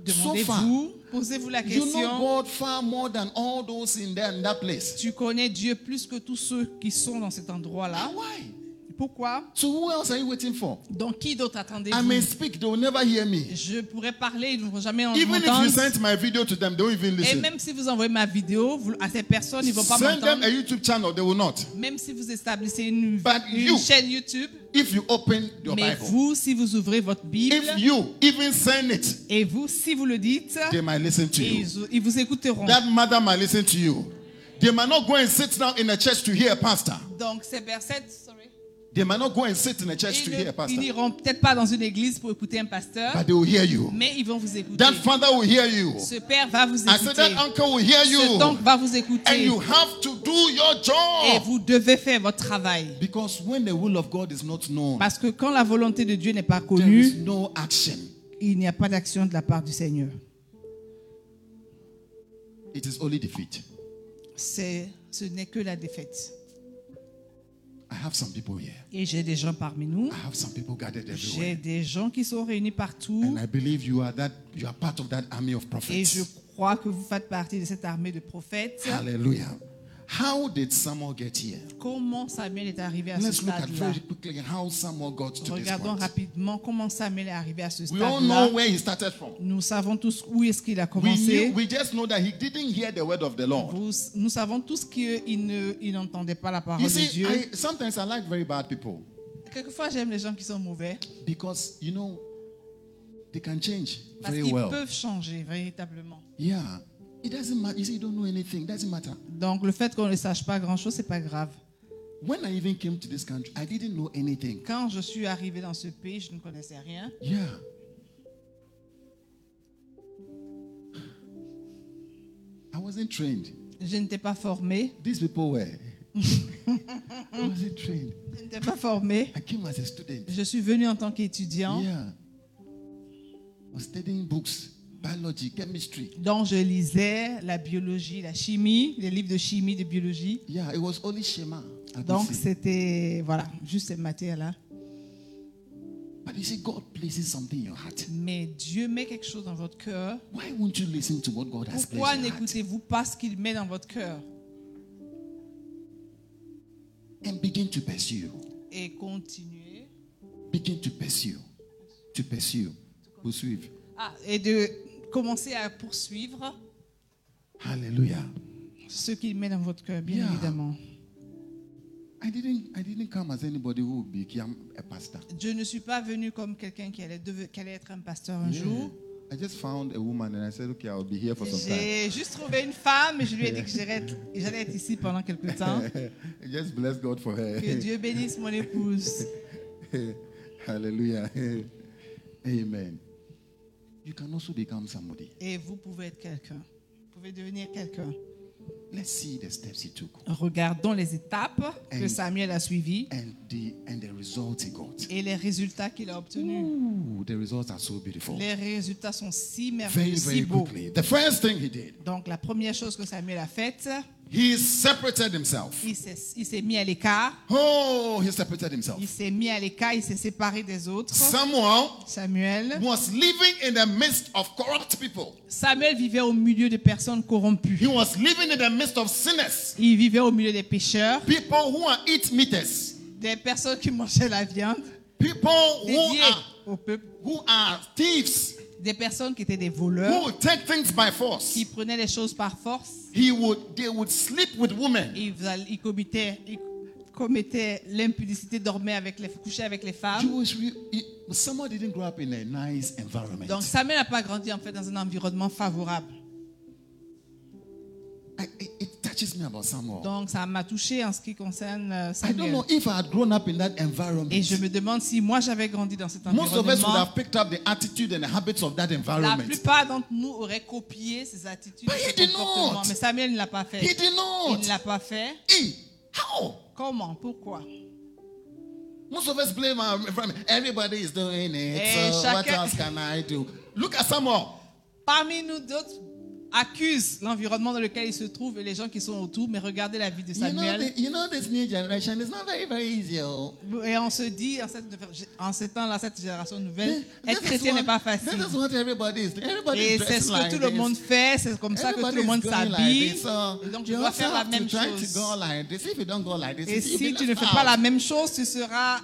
So far, Demandez-vous, posez-vous la you know question. God far more than all those in there in that place. Tu connais Dieu plus que tous ceux qui sont dans cet endroit-là. And why? Pourquoi So who else are you waiting for? Donc qui d'autre I may attendez-vous speak, they will never hear me. Je pourrais parler, ils ne vont jamais en Even if you entendre. sent my video to them, they won't even Et listen. même si vous envoyez ma vidéo vous- à ces personnes, ils ne vont pas Send them a m'entendre. YouTube channel, they will not. Même si vous établissez une, But une you- chaîne YouTube, If you open your mais Bible, vous, si vous ouvrez votre Bible, if you even send it, et vous, si vous le dites, they might listen to you. ils, ils vous écouteront. That mother might listen to you. They might not go and sit down in a church to hear a pastor. Donc ces personnes, sorry, They might not go and sit in a church ils to hear a ne- ils pastor, n'iront peut-être pas dans une église pour écouter un pasteur, but they will hear you. mais ils vont vous écouter. That father will hear you. Ce père va vous I said écouter. that uncle will hear Ce you. oncle va vous And écouter. you have to do your Et job. vous devez faire votre travail. Because when the will of God is not known, Parce que quand la volonté de Dieu n'est pas there is connue, no action. il n'y a pas d'action de la part du Seigneur. It is only defeat. C'est, ce n'est que la défaite. I have some people here. Et j'ai des gens parmi nous. I have some people gathered J'ai everywhere. des gens qui sont réunis partout. And I believe you are that you are part of that army of Et je prophets. crois que vous faites partie de cette armée de prophètes. Ah. Hallelujah. How did Samuel get here? Comment Samuel est arrivé à ce Let's look at stade-là very quickly how Samuel got to this Regardons point. rapidement comment Samuel est arrivé à ce We all know stade-là. where he started from. Nous savons tous où est-ce qu'il a We, commencé. knew, we just know that he didn't hear the word of the Lord. Vous- nous savons tous qu'il ne- il n'entendait pas la You parole de see, Dieu. I, sometimes I like very bad people Quelquefois, j'aime les gens qui sont mauvais because you know they can change parce very qu'ils well. peuvent changer véritablement. Yeah, it doesn't matter. You see, you don't know anything. Doesn't matter. Donc, le fait qu'on ne sache pas grand-chose, c'est pas grave. When I even came to this country, I didn't know anything. Quand je suis arrivée dans ce pays, je ne connaissais rien. Yeah. I wasn't trained. Je n'étais pas formée. These people were. I wasn't trained. Je n'étais pas formée. I came as a student. Je suis venue en tant qu'étudiant. Yeah. I was studying books, biology, chemistry. Donc, je lisais la biologie, la chimie, les livres de chimie, de biologie. Yeah, it was only Shema. I could Donc, see. c'était, voilà, juste ces matières-là. But you see, God places something in your heart. Mais Dieu met quelque chose dans votre cœur. Why won't you listen to what God has Pourquoi placed in your heart n'écoutez-vous pas ce qu'il met dans votre cœur and begin to pursue? et continuez Begin to pursue, to pursue, poursuivre. Ah, et de commencer à poursuivre Hallelujah. ce qu'il met dans votre cœur, bien Yeah. évidemment. I didn't, I didn't come as anybody who will become a pastor. Je ne suis pas venu comme quelqu'un qui allait, deve- qui allait être un pasteur un Yeah. jour. I just found a woman and I said, okay, I'll be here for some time. J'ai juste trouvé une femme et je lui ai dit que j'irais être- j'allais être ici pendant quelques temps. just bless God for her. Que Dieu bénisse mon épouse. Hallelujah. Amen. You can also become somebody. Et vous pouvez être quelqu'un. Vous pouvez devenir quelqu'un. Let's see the steps he took Regardons les étapes que And- Samuel a suivies and the and the results he got. et les résultats qu'il a obtenus. Ooh, the results are so beautiful. Les résultats sont si Very, merveilleux, si very beaux. quickly. The first thing he did, Donc la première chose que Samuel a faite, he separated himself. il s'est il s'est mis à l'écart. Oh, he separated himself. Il s'est mis à l'écart, il s'est séparé des autres. Samuel Samuel. was living in the midst of corrupt people. Samuel vivait au milieu de personnes corrompues. He was living in the midst of sinners, Il vivait au milieu des pécheurs, people who are eat meaters, des personnes qui mangeaient la viande, people who dédiées are au peuple, who are thieves, des personnes qui étaient des who voleurs, would take things by force. qui prenaient les choses par force. He would they would sleep with women. Ils, all- ils commettaient, ils commettaient l'impudicité, dormaient avec les, couchaient avec les femmes. Jewish, we, it- someone didn't grow up in a nice environment. Donc Samuel n'a pas grandi en fait dans un environnement favorable. I, it, it touches me about Samuel. Donc ça m'a touché en ce qui concerne euh, I don't Samuel. know if I had grown up in that environment. Et je me demande si moi j'avais grandi dans cet Most of us would environnement, have picked up the attitude and the habits of that la environment. plupart d'entre nous auraient copié ses attitudes, But he ses did comportements. not. Mais Samuel ne l'a pas fait. He did Il ne not. l'a pas fait. Hey, how? Comment Pourquoi Most of us blame our environment. Everybody is doing it. Eh, so what chacun- else can I do? Look at Samuel. Parmi nous d'autres, accuse l'environnement dans lequel il se trouve et les gens qui sont autour, mais regardez la vie de You know, Samuel. the- you know this new generation is not very, very easy. oh. Et on se dit, en, cette, en ces temps-là, cette génération nouvelle, This être is chrétien what- n'est pas This facile. is what everybody is. Everybody Et is c'est ce dressed que like tout le this. monde fait, c'est comme ça que tout le Everybody monde is going like s'habille. this, so Et donc, tu you dois also faire la have to même try to go chose. like this. If you don't go like this, Et you'll be si tu ne left fais pas out. la même chose, tu seras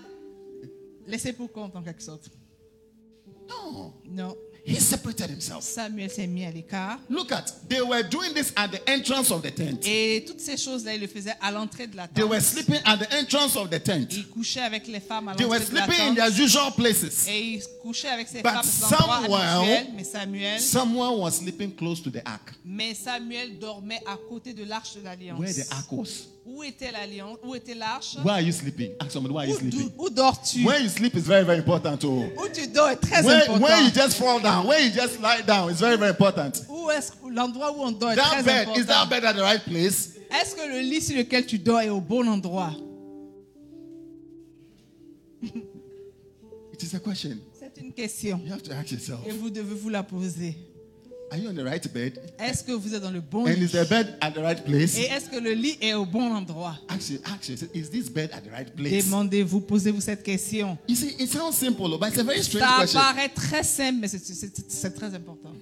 laissé pour compte en quelque sorte. No. Non, He separated himself. Samuel s'est mis à l'écart. Look at, they were doing this at the entrance of the tent. Et toutes ces choses-là, il le faisait à l'entrée de la They were tente. sleeping at the entrance of the tent. Il couchait avec les femmes à They were l'entrée de la sleeping in tente. their usual places. Et il couchait avec ses But femmes à cet endroit Samuel- habituel, mais Samuel, Someone was sleeping close to the ark, mais Samuel dormait à côté de l'arche de where the l'alliance. ark was. Où était l'alliance Où était l'arche Where are you sleeping? Ask somebody, where are you Où, d'où- sleeping? où dors-tu Where you sleep is very, very important. Oh. Où tu dors est très Where, important. where you just fall down, where you just lie down, it's very, very important. Où est-ce que- l'endroit où on dort est That très bed, important. is that bed at the right place? Est-ce que le lit sur lequel tu dors est au bon endroit It is a question. C'est une question. You have to ask yourself. Et vous devez vous la poser. Are you on the right bed? Est-ce que vous êtes dans le bon And lit is the bed at the right Et place? est-ce que le lit est au bon endroit Ask, you- ask yourself, is this bed at the right place? Demandez-vous, posez-vous cette question. You see, it sounds simple, but it's a very strange Ça question. Hum. paraît très simple, mais c'est- c'est c'est très important.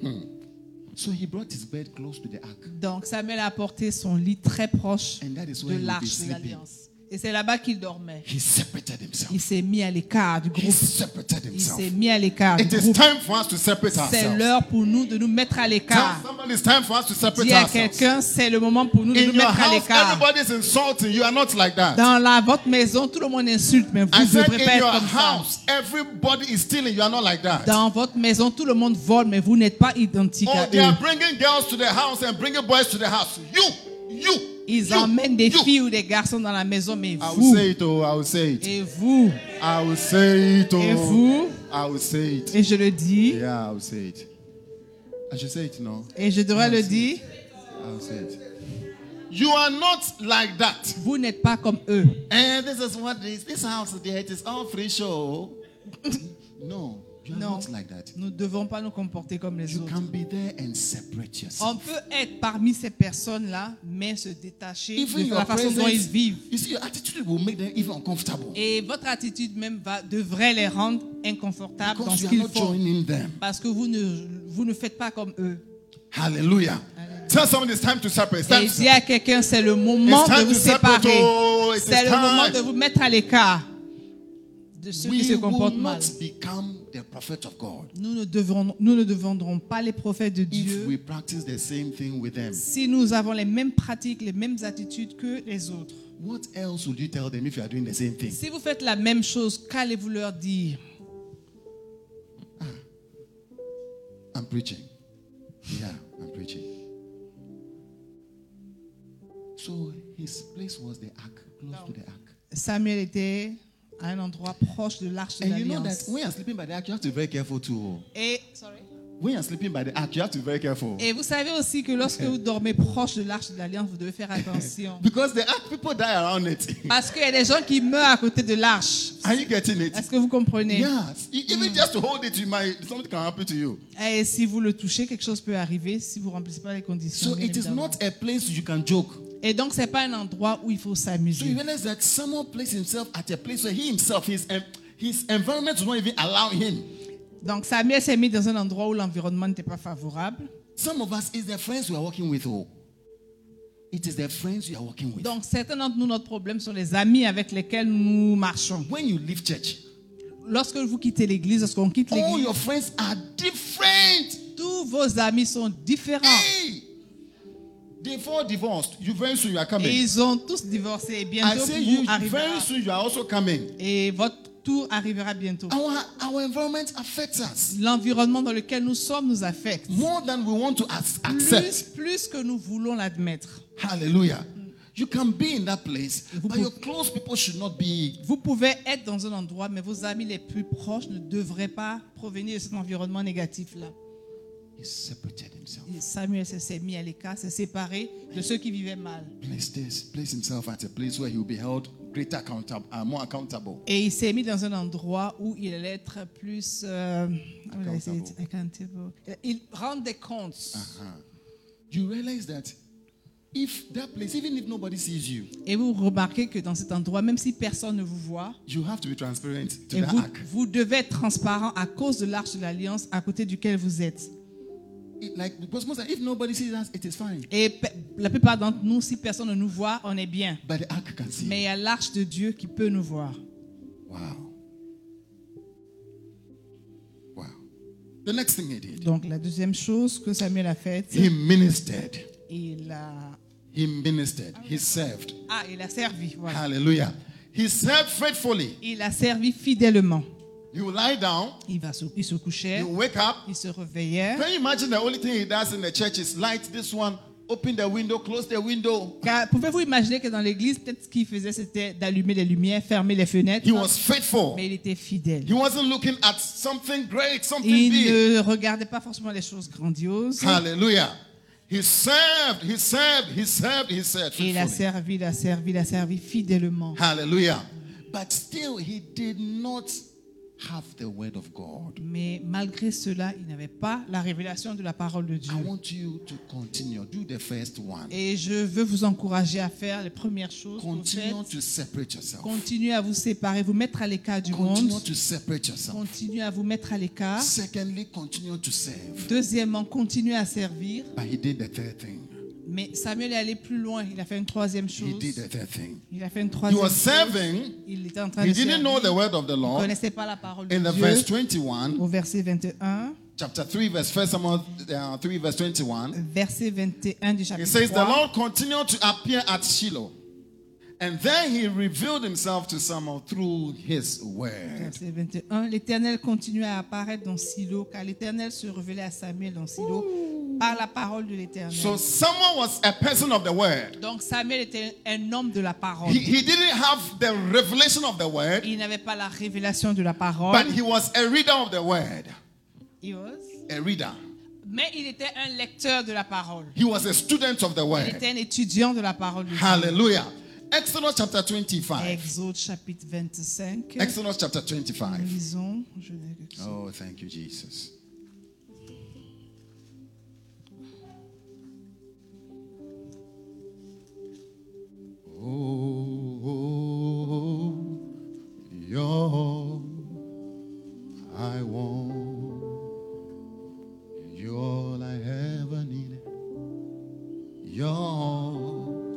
So he brought his bed close to the ark. Donc Samuel a apporté son lit très proche And that is de where he would be l'arche de sleeping. l'alliance. Et c'est là-bas qu'il dormait. He separated himself. Il s'est mis à l'écart du He groupe. separated Il himself. s'est mis à l'écart du It is groupe. time for us to separate C'est ourselves. l'heure pour nous de nous mettre à Tell l'écart. somebody it's time for us to separate Dis à ourselves. quelqu'un, c'est le moment pour nous de In nous your mettre à house, l'écart. everybody's insulting. You are not like that. Dans la, votre maison, tout le monde insulte, mais vous I ne said, devrez pas in your être comme ça. house, everybody is stealing. You are not like that. Dans votre maison, tout le monde vole, mais vous n'êtes pas identique Oh, à they eux. are bringing girls to the house and bringing boys to the house. You, you. Ils you, emmènent des you. filles ou des garçons dans la maison, mais I will vous, say it, oh, I will say it. et vous, I will say it, et oh. vous, I will say it. et je le dis, Yeah, I will say it. I should say it, no? et je devrais le dire, I will say it. You are not like that. vous n'êtes pas comme eux. And this is what this, this house there, it is all free show. no, you are Non. not like that. Nous ne devons pas nous comporter comme les You autres. can be there and separate yourself. On peut être parmi ces personnes-là, mais se détacher Even de your la façon dont ils presence, vivent. you Eh, see, your attitude will make them even uncomfortable Et votre attitude même va, devrait les rendre inconfortables dans because ce you are qu'ils not font. joining them. Parce que vous ne, vous ne faites pas comme eux. Hallelujah. Tell someone it's time to separate. It's time Et to dis à quelqu'un, c'est le moment It's time de vous to separate. séparer. Oh, it is C'est le time. moment de vous mettre à l'écart de ceux qui We se will comportent mal. not become the prophet of God Nous ne, devrons, nous ne deviendrons pas les prophètes de if Dieu we practice the same thing with them. si nous avons les mêmes pratiques, les mêmes attitudes que les autres. What else would you tell them if you are doing the same thing? Si vous faites la même chose, qu'allez-vous leur dire I'm preaching. Yeah, I'm preaching. So his place was the ark, close to the ark. Samuel était à un endroit proche de l'arche de And you know that l'alliance. when you're sleeping by the ark, you have to be very careful too. oh. Et, sorry. When you're sleeping by the ark, you have to be very careful. Et vous savez aussi que lorsque vous dormez proche de l'arche de l'alliance, vous devez faire attention. Because the ark, people die around it. Parce qu'il y a des gens qui meurent à côté de l'arche. Are you getting it? Est-ce que vous comprenez Yes. E- Even just to hold it, you might something can happen to you. Et si vous le touchez, quelque chose peut arriver si vous ne remplissez pas les conditions. So bien it is évidemment. not a place you can joke. Et donc, ce n'est pas un endroit où il faut So you s'amuser. realize that someone placed himself at a place where he himself, his en- his environment will not even allow him. Donc, Samuel s'est mis dans un endroit où l'environnement n'était pas favorable. Some of us, it's the friends we are working with. Oh. It is the friends you are working with. Donc, certains d'entre nous, notre problème sont les amis avec lesquels nous marchons. When you leave church, Lorsque vous quittez l'église, lorsqu'on quitte all l'église, your friends are different. tous vos amis sont différents. Hey! They fall divorced. You very soon you are Et coming. ils ont tous divorcé et I bientôt say vous you arrivera. very soon you are also coming. Et votre tour arrivera bientôt. Our our environment affects us L'environnement dans lequel nous sommes nous affecte. more than we want to ac- Plus, accept. plus que nous voulons l'admettre. Hallelujah. You can be in that place, Vous but pou- your close people should not be. Vous pouvez être dans un endroit, mais vos amis les plus proches ne devraient pas provenir de cet environnement négatif-là. He separated himself. Et Samuel se- s'est mis à l'écart, s'est séparé de ceux qui vivaient mal. Place this, place himself at a place where he will be held greater accountable, uh, more accountable. Et il s'est mis dans un endroit où il allait être plus... euh, comment on va essayer de- accountable. Il rend des comptes. Uh-huh. you realize that if that place, even if nobody sees you, Et vous remarquez que dans cet endroit, même si personne ne vous voit, you have to be transparent to et the vous, ark. vous devez être transparent à cause de l'arche de l'alliance à côté duquel vous êtes. It, like because most of- if nobody sees us, it is fine. Et pe- la plupart d'entre nous, si personne ne nous voit, on est bien. But the ark can see. Mais il y a l'arche de Dieu qui peut nous voir. Wow. Wow. The next thing he did, Donc la deuxième chose que Samuel a faite, he ministered. il a, He ministered. He served. ah, il a servi. voilà. Hallelujah. He served faithfully. Il a servi fidèlement. You lie down, Il, va se, il se couchait, you wake up. il se réveillait. Can you imagine the only thing he does in the church is light this one, open the window, close the window. Car Pouvez-vous imaginer que dans l'église, peut-être ce qu'il faisait, c'était d'allumer les lumières, fermer les fenêtres. He was faithful. Mais il était fidèle. He wasn't looking at something great, something Il big. ne regardait pas forcément les choses grandioses. Hallelujah. He served, he served, he served, he served. Et il a faithfully. servi, il a servi, il a servi fidèlement. Hallelujah. But still, he did not have the word of God. Mais malgré cela, il n'avait pas la révélation de la parole de Dieu. I want you to continue. Do the first one. Et je veux vous encourager à faire les premières choses. que vous Continue faites. to separate yourself. Continuez à vous séparer, vous mettre à l'écart du Continue monde. to separate yourself. Continuez à vous mettre à l'écart. Secondly, continue to serve. Deuxièmement, continuez à servir. But he did the third thing. Mais Samuel est allé plus loin. Il a fait une troisième He chose. did the third thing. Il a fait une He troisième was chose. serving. Il était en train He de didn't know the servir. word of the Il ne Lord. connaissait pas la parole de In the verse Dieu. 21, Au verset 21, chapter 3, verse 1 Samuel uh, 3, verse 21, verset 21 du it chapitre says, The 3. Lord continued to appear at Shiloh. And then he revealed himself to Samuel through his word. Verset 21. L'Éternel continuait à apparaître dans Silo, car l'Éternel se révélait à Samuel dans Silo par la parole de l'Éternel. So Samuel was a person of the word. Donc Samuel était un homme de la parole. He, he didn't have the revelation of the word, Il n'avait pas la révélation de la parole. but he was a reader of the word. He was. A reader. Mais il était un lecteur de la parole. He was a student of the Il word. était un étudiant de la parole de Dieu. Hallelujah. Exodus chapter 25. Exode chapitre 25. Exodus chapter Nous 25. lisons. Je n'ai que ça. Oh, thank you, Jesus. Oh, your, I want you all I ever needed. You're all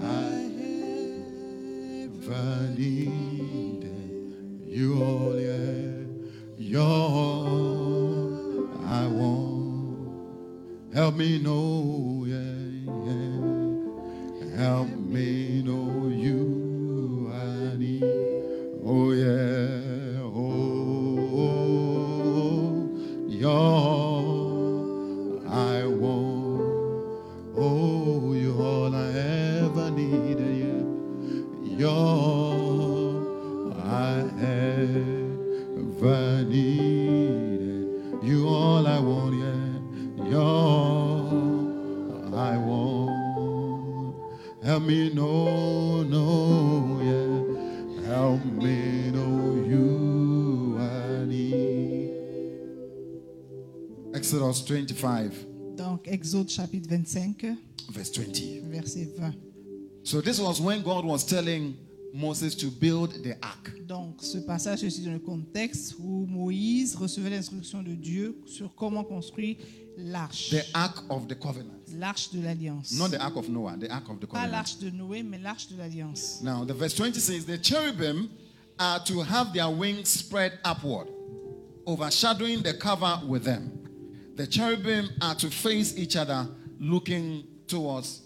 I ever needed. You all, yeah. You're all I want. Help me know, yeah, yeah. Help me know you I need. Oh yeah, oh, oh, you're all I want. Oh, you're all I ever need. Yeah. You're all I ever needed. You all I want. Yeah. You're all I want. Help me know, know, yeah. Help me know you I need. Exodus 25, Donc Exode chapitre 25, verse 20. verset 20. So this was when God was telling Moses to build the ark. Donc, ce passage est aussi dans le contexte où Moïse recevait l'instruction de Dieu sur comment construire l'arche, The ark of the covenant. l'arche de l'alliance. Not the ark of Noah, the ark of the Pas covenant. l'arche de Noé, mais l'arche de l'alliance. Now, the verse 20 says the cherubim are to have their wings spread upward, overshadowing the cover with them. The cherubim are to face each other, looking towards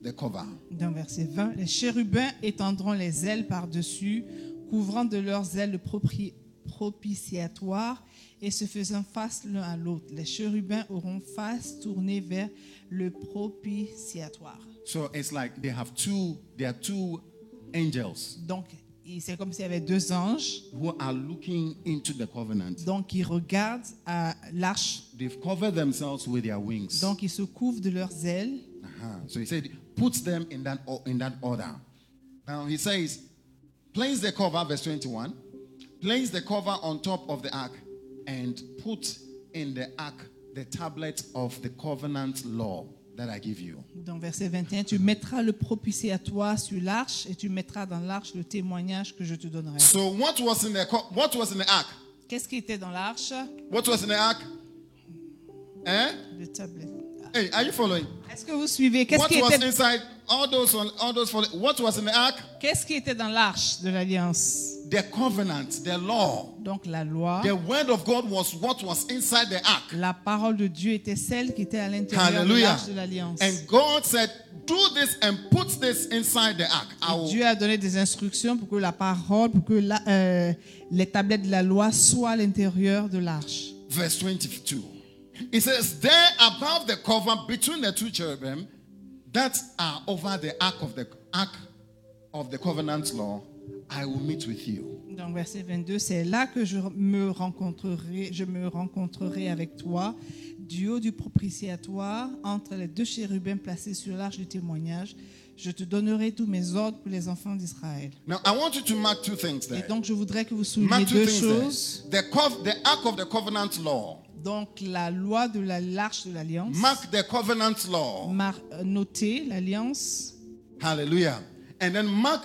the cover. Dans verset 20, les chérubins étendront les ailes par-dessus, couvrant de leurs ailes le propri- propitiatoire et se faisant face l'un à l'autre. Les chérubins auront face tournée vers le propitiatoire. So it's like they have two, they are two angels Donc, il- c'est comme s'il y avait deux anges. who are looking into the covenant. Donc, ils regardent à l'arche. They've covered themselves with their wings. Donc, ils se couvrent de leurs ailes. Uh-huh. So he said, put them in that o- in that order. Now he says, place the cover, verse 21, place the cover on top of the ark and put in the ark the tablet of the covenant law, that I give you. Dans verset 21, tu mettras le propitiatoire sur l'arche et tu mettras dans l'arche le témoignage que je te donnerai. So what was in the co- what was in the ark? Qu'est-ce qui était dans l'arche What was in the ark? Eh? Le tablet. Hey, are you following? Est-ce que vous suivez Qu'est-ce What qui, was était, inside? All those on all those follow- what was in the ark? qu'est-ce qui était dans l'arche de l'alliance The covenant, the law. Donc la loi, The word of God was what was inside the ark. la parole de Dieu était celle qui était à l'intérieur de Hallelujah. l'arche de l'alliance. And God said, Do this and put this inside the ark. I will Dieu a donné des instructions pour que la parole, pour que la- euh, les tablettes de la loi soient à l'intérieur de l'arche. verse 22. It says, There above the cover between the two cherubim that are over the ark of the ark of the covenant law, I will meet with you. Dans verset 22, c'est là que je me rencontrerai, je me rencontrerai avec toi du haut du propitiatoire entre les deux chérubins placés sur l'arche du témoignage. Je te donnerai tous mes ordres pour les enfants d'Israël. Now I want you to mark two things Et there. donc je voudrais que vous souligniez Mark two deux things choses. there. The, cov- the ark of the covenant law. Donc la loi de la- l'arche de l'alliance. Mark the covenant law. Mar- euh, notez l'alliance. Hallelujah. And then mark,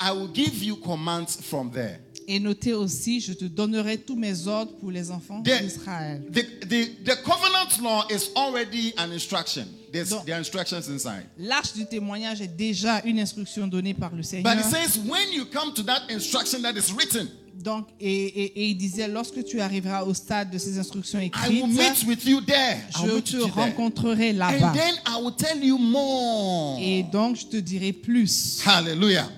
I will give you commands from there. Et notez aussi, je te donnerai tous mes ordres pour les enfants There- d'Israël. The, the, the covenant law is already an instruction. There's, No. there are instructions inside. L'arche du témoignage est déjà une instruction donnée par le Seigneur. But it says when you come to that instruction that is written, Donc, et, et- et il disait, lorsque tu arriveras au stade de ces instructions I will meet écrites, with you there. I will je meet te with you there. rencontrerai là-bas. And then I will tell you more. Et donc, je te dirai plus. Hallelujah.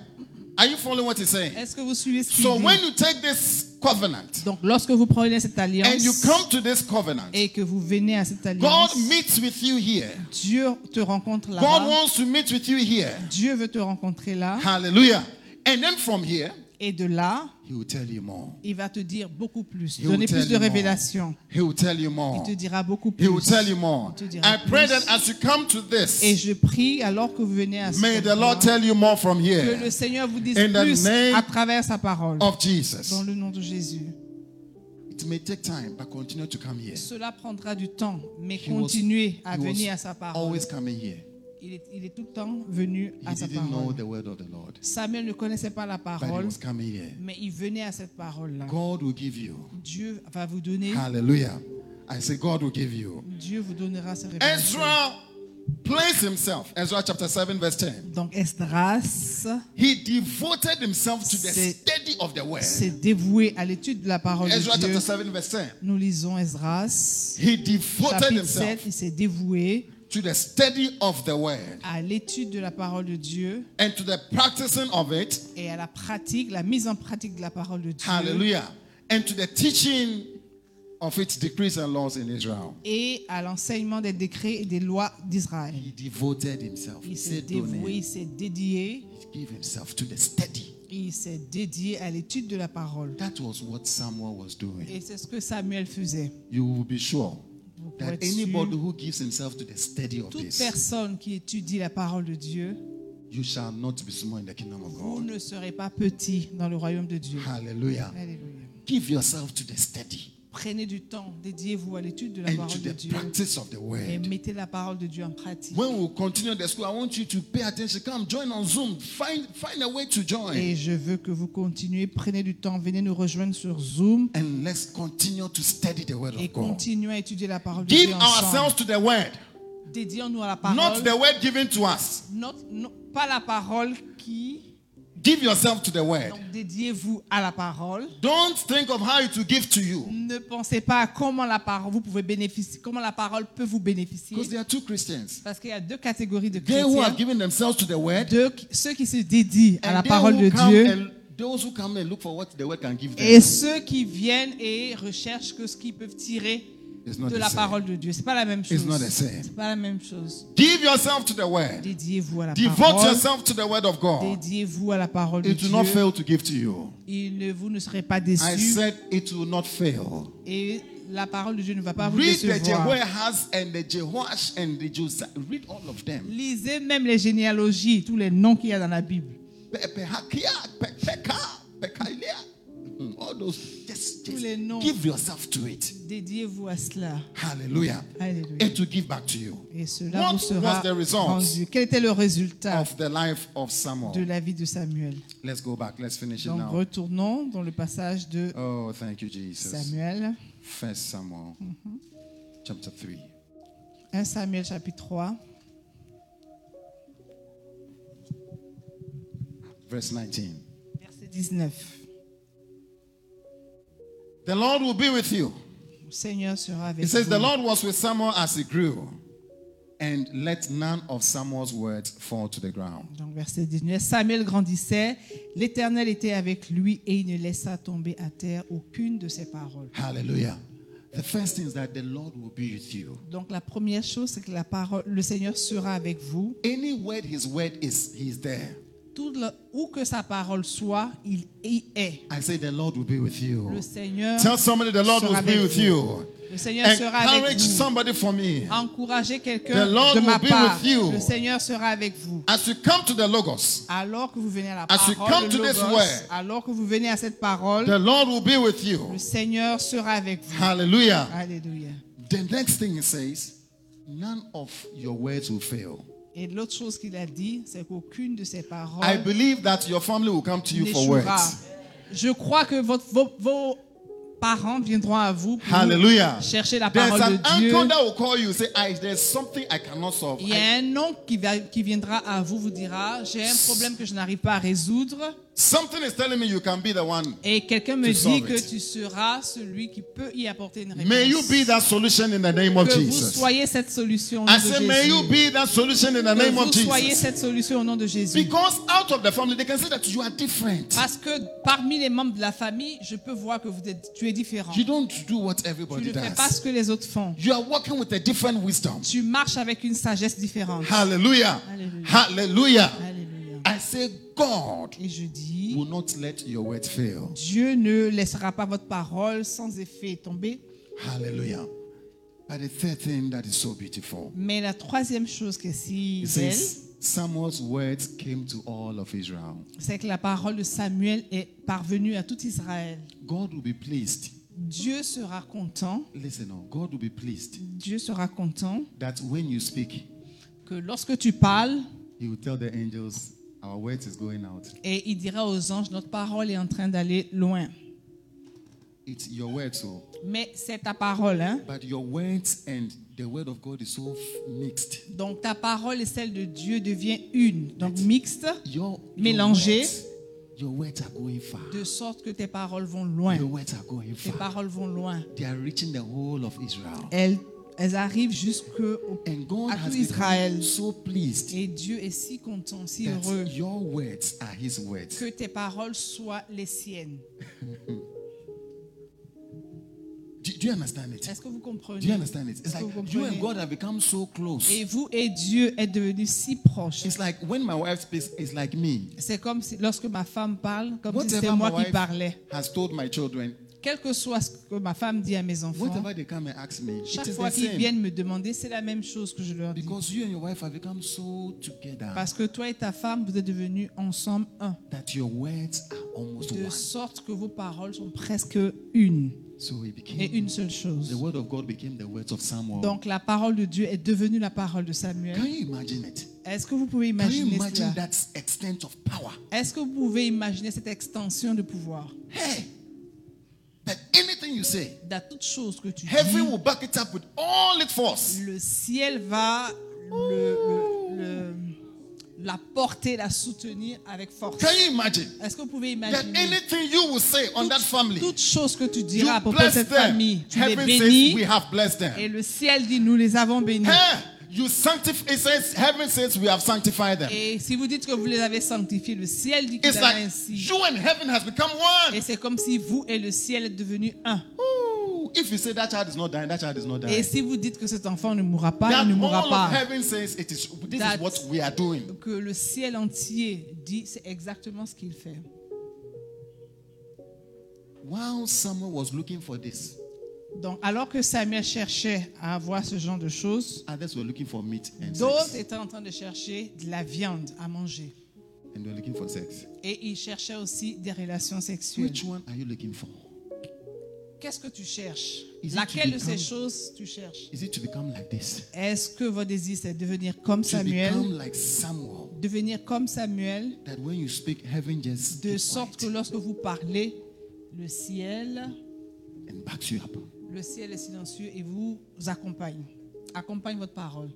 Are you following what he's saying? Est-ce que vous suivez ce qu'il So dit? when you take this covenant Donc, lorsque vous prenez cette and you alliance come to this covenant, et que vous venez à cette God alliance, meets with you here. Dieu te rencontre God là-bas. wants to meet with you here. Dieu veut te rencontrer là. Hallelujah. And then from here, Et de là, he will tell you more. il va te dire beaucoup plus, He will donner tell plus de you more. révélations. He will tell you more. Il te dira beaucoup plus. He will tell you more. Il te dira I pray plus. that as you come to Et this, je prie alors que vous venez à ce may the Lord endroit, tell you more from que here le Seigneur vous dise In the plus name à travers sa parole. of Jesus. Dans le nom de Jésus. It may take time, but continue to come here. Cela prendra du temps, mais He was- continuez à he was venir à sa parole. Always coming here. Il est, il est tout le temps venu He à sa didn't know parole. the word of the Lord, Samuel ne connaissait pas la but he parole, was coming here. mais il venait à cette parole-là. God will give you. Dieu va vous donner, Hallelujah. I say, God will give you. Dieu vous donnera ses révélations. Ezra placed himself, Ezra chapter 7, verse 10. Donc Esdras He devoted himself to the C'est- study of the word. s'est dévoué à l'étude de la parole Ezra de Dieu. chapter 7, verse 10. Nous lisons Esdras, He devoted chapitre himself 7, il s'est dévoué to the study of the word à l'étude de la parole de Dieu and to the practicing of it. et à la pratique, la mise en pratique de la parole de Dieu. Hallelujah. And to the teaching of its decrees and laws in Israel. et à l'enseignement des décrets et des lois d'Israël. He devoted himself. He Il s'est said, dévoué, il s'est dédié, give himself to the study. il s'est dédié à l'étude de la parole. That was what Samuel was doing. Et c'est ce que Samuel faisait. You will be sure Vous pouvez that être sûr, anybody who gives himself to the study of toute this, personne qui étudie la parole de Dieu, you shall not be small in the kingdom of vous God. ne serez pas petit dans le royaume de Dieu. Hallelujah. Alléluia. Give yourself to the study Prenez du temps, dédiez-vous à l'étude de la and to parole de the Dieu practice of the et word. mettez la parole de Dieu en pratique. When we continue the school, I want you to pay attention. Come, join on Zoom. Find find a way to join, Et je veux que vous continuez, prenez du temps, venez nous rejoindre sur Zoom and let's continue to study the Word et of God. continuez à étudier la parole de Give Dieu ourselves ensemble. to the Word, Dédions-nous à la not parole. the Word given to us. Not- non, pas la parole qui. Give yourself to the Word. Donc dédiez-vous à la parole. Don't think of how it will give to you, Ne pensez pas à comment la parole vous pouvez bénéficier, comment la parole peut vous bénéficier. because there are two Christians. Parce qu'il y a deux catégories de They who chrétiens. have given themselves to the Word, Deux qui- ceux qui se dédient à la and they parole de who come Dieu and those who come and look for what the Word can give et them. ceux qui viennent et recherchent que ce qu'ils peuvent tirer It's not de the la same. parole de Dieu. C'est pas la même chose. not the same. C'est pas la même chose. Give yourself to the Word. Dédiez-vous à la Devote parole. yourself to the Word of God. Dédiez-vous à la parole de It will Dieu. not fail to give to you. Il ne, vous ne serez pas I déçus. said it will not fail. Et la parole de Dieu ne va pas vous Read the décevoir. Jehoahaz and the Jehoash and the Josiah. Read all of them. Lisez même les généalogies, tous les noms qu'il y a dans la Bible. Pe- Pehakia, Pe- Peka, Pekaliah. Mm, All those. Just, Tous just les noms. Give yourself to it. Dédiez-vous à cela. Hallelujah. Alléluia. It will give back to you. Et cela What vous sera was the result rendu. Quel était le résultat Of the life of Samuel. de la vie de Samuel Let's go back. Let's finish it Donc now. retournons dans le passage de Oh, thank you, Jesus. Samuel. First Samuel, chapter 3. 1 Samuel chapitre 3, Verse 19. verset 19. The Lord will be with you. Le Seigneur sera avec It says, vous. The Lord was with Samuel as he grew, and let none of Samuel's words fall to the ground. Donc verset 19. Samuel grandissait, l'Éternel était avec lui et il ne laissa tomber à terre aucune de ses paroles. Hallelujah. The first thing is that the Lord will be with you. Donc la première chose, c'est que la parole, le Seigneur sera avec vous. Any word, his word is, he's there. Tout le- où que sa parole soit, il y est. I say, The Lord will be with you. Le Seigneur, Tell somebody, The Lord sera will be avec with vous. you. le Seigneur sera avec Encourage vous. Ah. somebody for me. Encouragez quelqu'un The Lord de ma will be part. with you. Le Seigneur sera avec vous. As you come to the Logos, Alors que vous venez à la As you come parole de to this Logos, word, alors que vous venez à cette parole, the Lord will be with le Ah. you. Seigneur sera avec vous. Hallelujah. Alléluia. The next thing it says, none of your words will fail. Et l'autre chose qu'il a dit, c'est qu'aucune de ses I paroles believe that your family will come to you for n'échouera. words. Je crois que votre- vos, vos parents viendront à vous pour Hallelujah. chercher la There's parole an de Dieu. uncle that will call you say, I, there's something I cannot solve. Il y I- a un oncle qui, va- qui viendra à vous, vous dira, j'ai un problème que je n'arrive pas à résoudre. something is telling me you can be the one. Et quelqu'un To me dit solve que it. tu seras celui qui peut y apporter une réponse. May you be that solution in the name of que vous Jesus. soyez cette solution au nom I de say, Jésus. may you be that solution in the que name of vous soyez Jesus. cette solution au nom de Jésus. Because out of the family, they can say that you are different. Parce que parmi les membres de la famille, je peux voir que vous êtes, tu es différent. You don't do what Tu everybody ne fais pas does. ce que les autres font. You are working with a different wisdom. Tu marches avec une sagesse différente. Hallelujah. Hallelujah. Hallelujah. Alléluia. I say, God Et je dis, will not let your word fail. Dieu ne laissera pas votre parole sans effet tomber. Hallelujah. But the third thing that is so beautiful, Mais la troisième chose que si it belle, says, Samuel's words came to all of Israel. c'est que la parole de Samuel est parvenue à tout Israël. God will be pleased. Dieu sera content. Listen, oh, God will be pleased Dieu sera content that when you speak, que lorsque tu parles, He will tell the angels, Our words is going out. et il dira aux anges, notre parole est en train d'aller loin. It's your words, oh. Mais c'est ta parole, hein? But your words and the word of God is so f- mixed. Donc ta parole et celle de Dieu devient une, donc mixte, Your, Mélangé. Your words, your words are going far. de sorte que tes paroles vont loin. Your words are going Tes far. paroles vont loin. They are reaching the whole of Israel. Elles, elles arrived jusqu'au And God à has tout Israël. been so pleased Et Dieu est si content, si heureux that your words are his words. que tes paroles soient les siennes. Do, do you understand it? Est-ce que vous comprenez Do you understand it? It's Est-ce que like vous you and comprenez God have become so close. Et vous et Dieu est devenu si proche. It's like when my wife speaks, it's like me. C'est comme si, lorsque ma femme parle, comme si c'était Whatever my moi qui wife parlais. has told my children, Quel que soit ce que ma femme dit à mes enfants, whatever they come and ask me, it chaque is fois the qu'ils same. viennent me demander, c'est la même chose que je leur dis. Because you and your wife have become so together Parce que toi et ta femme, vous êtes devenus ensemble un. that your words are almost De one. sorte que vos paroles sont presque une So it became et une seule the chose. word of God became the words of Samuel. Donc la parole de Dieu est devenue la parole de Can Samuel. you imagine it? Est-ce que vous pouvez Can you imaginer imagine cela that extent of power? Est-ce que vous pouvez imaginer cette extension de pouvoir Hey, that anything you say, Dans toute chose que tu heaven dis, will back it up with all its force. le ciel va le- le- le- la porter, la soutenir avec force. Can you imagine Est-ce que vous pouvez that imaginer anything you will say on that family, toute chose que tu you diras à propos de bless cette them? famille Tu les Heaven says we bénis have blessed et them. le ciel dit nous les avons bénis. Hey, you sanctify. It says heaven says we have sanctified them. Et si vous dites que vous les avez sanctifiés, le ciel dit qu'il It's en a like ainsi. you and heaven has become Et one. c'est comme si vous et le ciel êtes devenus un. Ooh, if you say that child is not dying, that child is not dying. Et si vous dites que cet enfant ne mourra pas, That il ne all mourra of pas. heaven says it is. This is That- what we are doing. Que le ciel entier dit, c'est exactement ce qu'il fait. While someone was looking for this, Donc, alors que Samuel cherchait à avoir ce genre de choses, others were looking for meat and d'autres sex, étaient en train de chercher de la viande à manger. and they were looking for sex. Et ils cherchaient aussi des relations sexuelles. Which one are you looking for? Qu'est-ce que tu cherches Is it Laquelle to de ces become- choses tu cherches Is it to become like this? Est-ce que votre désir, c'est devenir comme To become Samuel like Samuel. Devenir comme Samuel, That when you speak, heaven just de keep sorte que quiet lorsque vous parlez, le ciel, and backs you up. le ciel est silencieux et vous accompagne. Accompagne votre parole.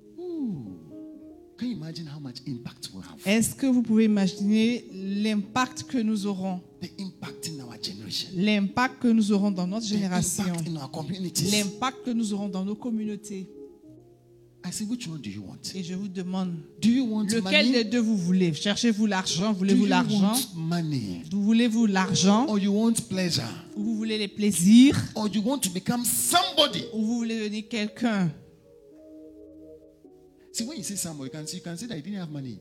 Can you imagine how much impact we'll have? Est-ce que vous pouvez imaginer l'impact que nous aurons The impact in our generation. L'impact que nous aurons dans notre The génération. impact in our communities. L'impact que nous aurons dans nos communautés. I say, which one do you want? Et je vous demande, Do you want lequel des money? deux vous voulez Cherchez-vous l'argent Do Voulez-vous you l'argent want money? Vous Voulez-vous l'argent Or you want pleasure? Ou vous voulez les plaisirs Or you want to become somebody? Ou vous voulez devenir quelqu'un See, when you see Samuel, you can see, you can see that he didn't have money.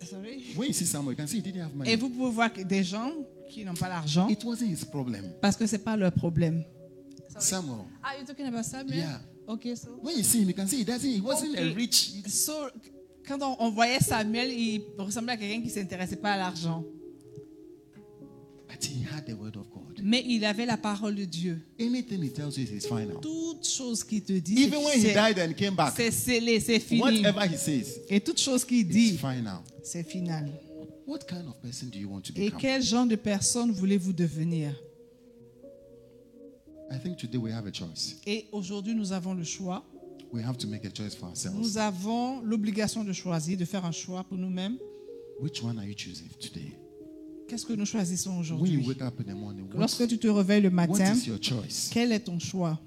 Vous savez When you see Samuel, you can see he didn't have money. Et vous pouvez voir que des gens qui n'ont pas l'argent It wasn't his problem. parce que ce n'est pas leur problème. Samuel. Ah, you're talking about Samuel? Yeah. Okay, so. When you see him, you can see he doesn't. He wasn't Okay. a rich. So, quand on, on voyait Samuel, il ressemblait à quelqu'un qui ne s'intéressait pas à l'argent. But he had the word of God. Mais il avait la parole de Dieu. Anything he tells you is his final. Toute chose qu'il te dit, Even when he c'est- died and came back, c'est scellé, c'est fini. whatever he says, Et toute chose qu'il is dit, final. c'est final. What kind of person do you want to Et become? quel genre de personne voulez-vous devenir I think today we have a choice. Et aujourd'hui, nous avons le choix. We have to make a choice for ourselves. Nous avons l'obligation de choisir, de faire un choix pour nous-mêmes. Which one are you choosing today? Qu'est-ce que nous choisissons When you aujourd'hui wake up in the morning, what, Lorsque tu te réveilles le what matin, is your choice? quel est ton choix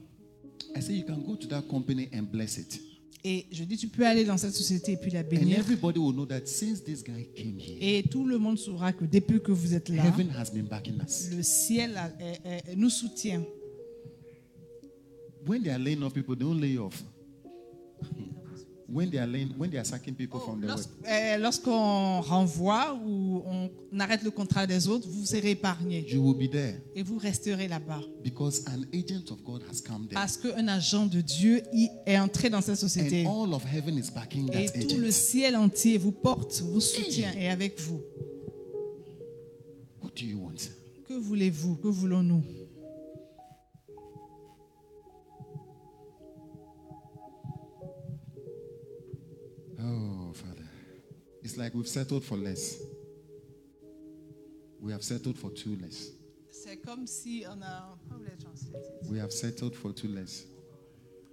I say you can go to that company and bless it. Et je dis, tu peux aller dans cette société et puis la And bénir. everybody will know that since this guy came here, Et tout le monde saura que depuis que vous êtes là, heaven has been backing us. le ciel a- est- est- nous soutient. When they are laying off people, don't lay off. When they are laying, when they are sacking people from their work, Lorsque- euh, Lorsqu'on renvoie ou on arrête le contrat des autres, vous serez épargné you will be there et vous resterez là-bas. because an agent of God has come there, Parce qu'un agent de Dieu y est entré dans cette société. and all of heaven is backing Et that tout le agent. ciel entier vous porte, vous soutient et avec vous. What do you want? Que voulez-vous Que voulons-nous Oh, Father, it's like we've settled for less. We have settled for two less. C'est comme si on a... Ah, How will I translate it? We have settled for two less.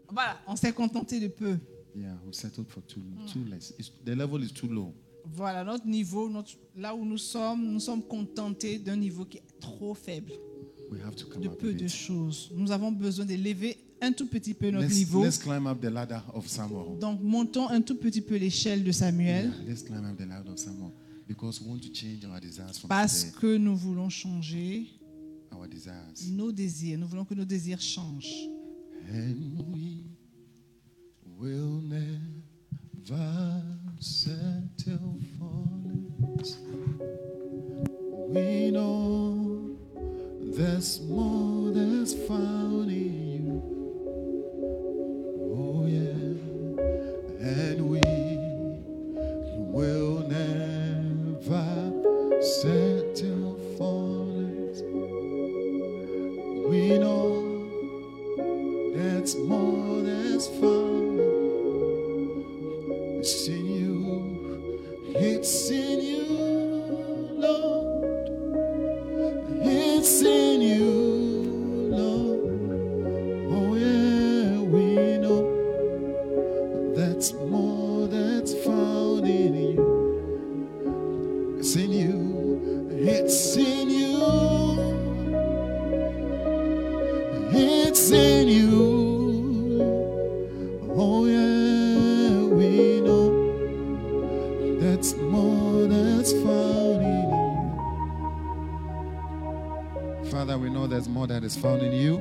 Voilà, on s'est contenté de peu. Yeah, we've settled for two, two less. It's, the level is too low. Voilà, notre niveau, notre, là où nous sommes, nous sommes contentés d'un niveau qui est trop faible, We have to come de up peu a de bit. choses. Nous avons besoin d'élever un tout petit peu notre Let's, niveau. let's climb up the ladder of Samuel. Donc montons un tout petit peu l'échelle de Samuel Yeah, let's climb up the ladder of Samuel because we want to change our desires from parce today. que nous voulons changer Our desires. nos désirs. Nous voulons que nos désirs changent. And we will never settle for less. We know there's more that's found in you. Oh, yeah. And we will never settle for less. We know. That's more that's found. It's in you. It's in you, Lord. It's in you, Lord. Oh yeah, we know. That's more that's found in you. It's in you. It's in you. It's in you. Oh, yeah, we know that's more that's found in you. Father, we know there's more that is found in you.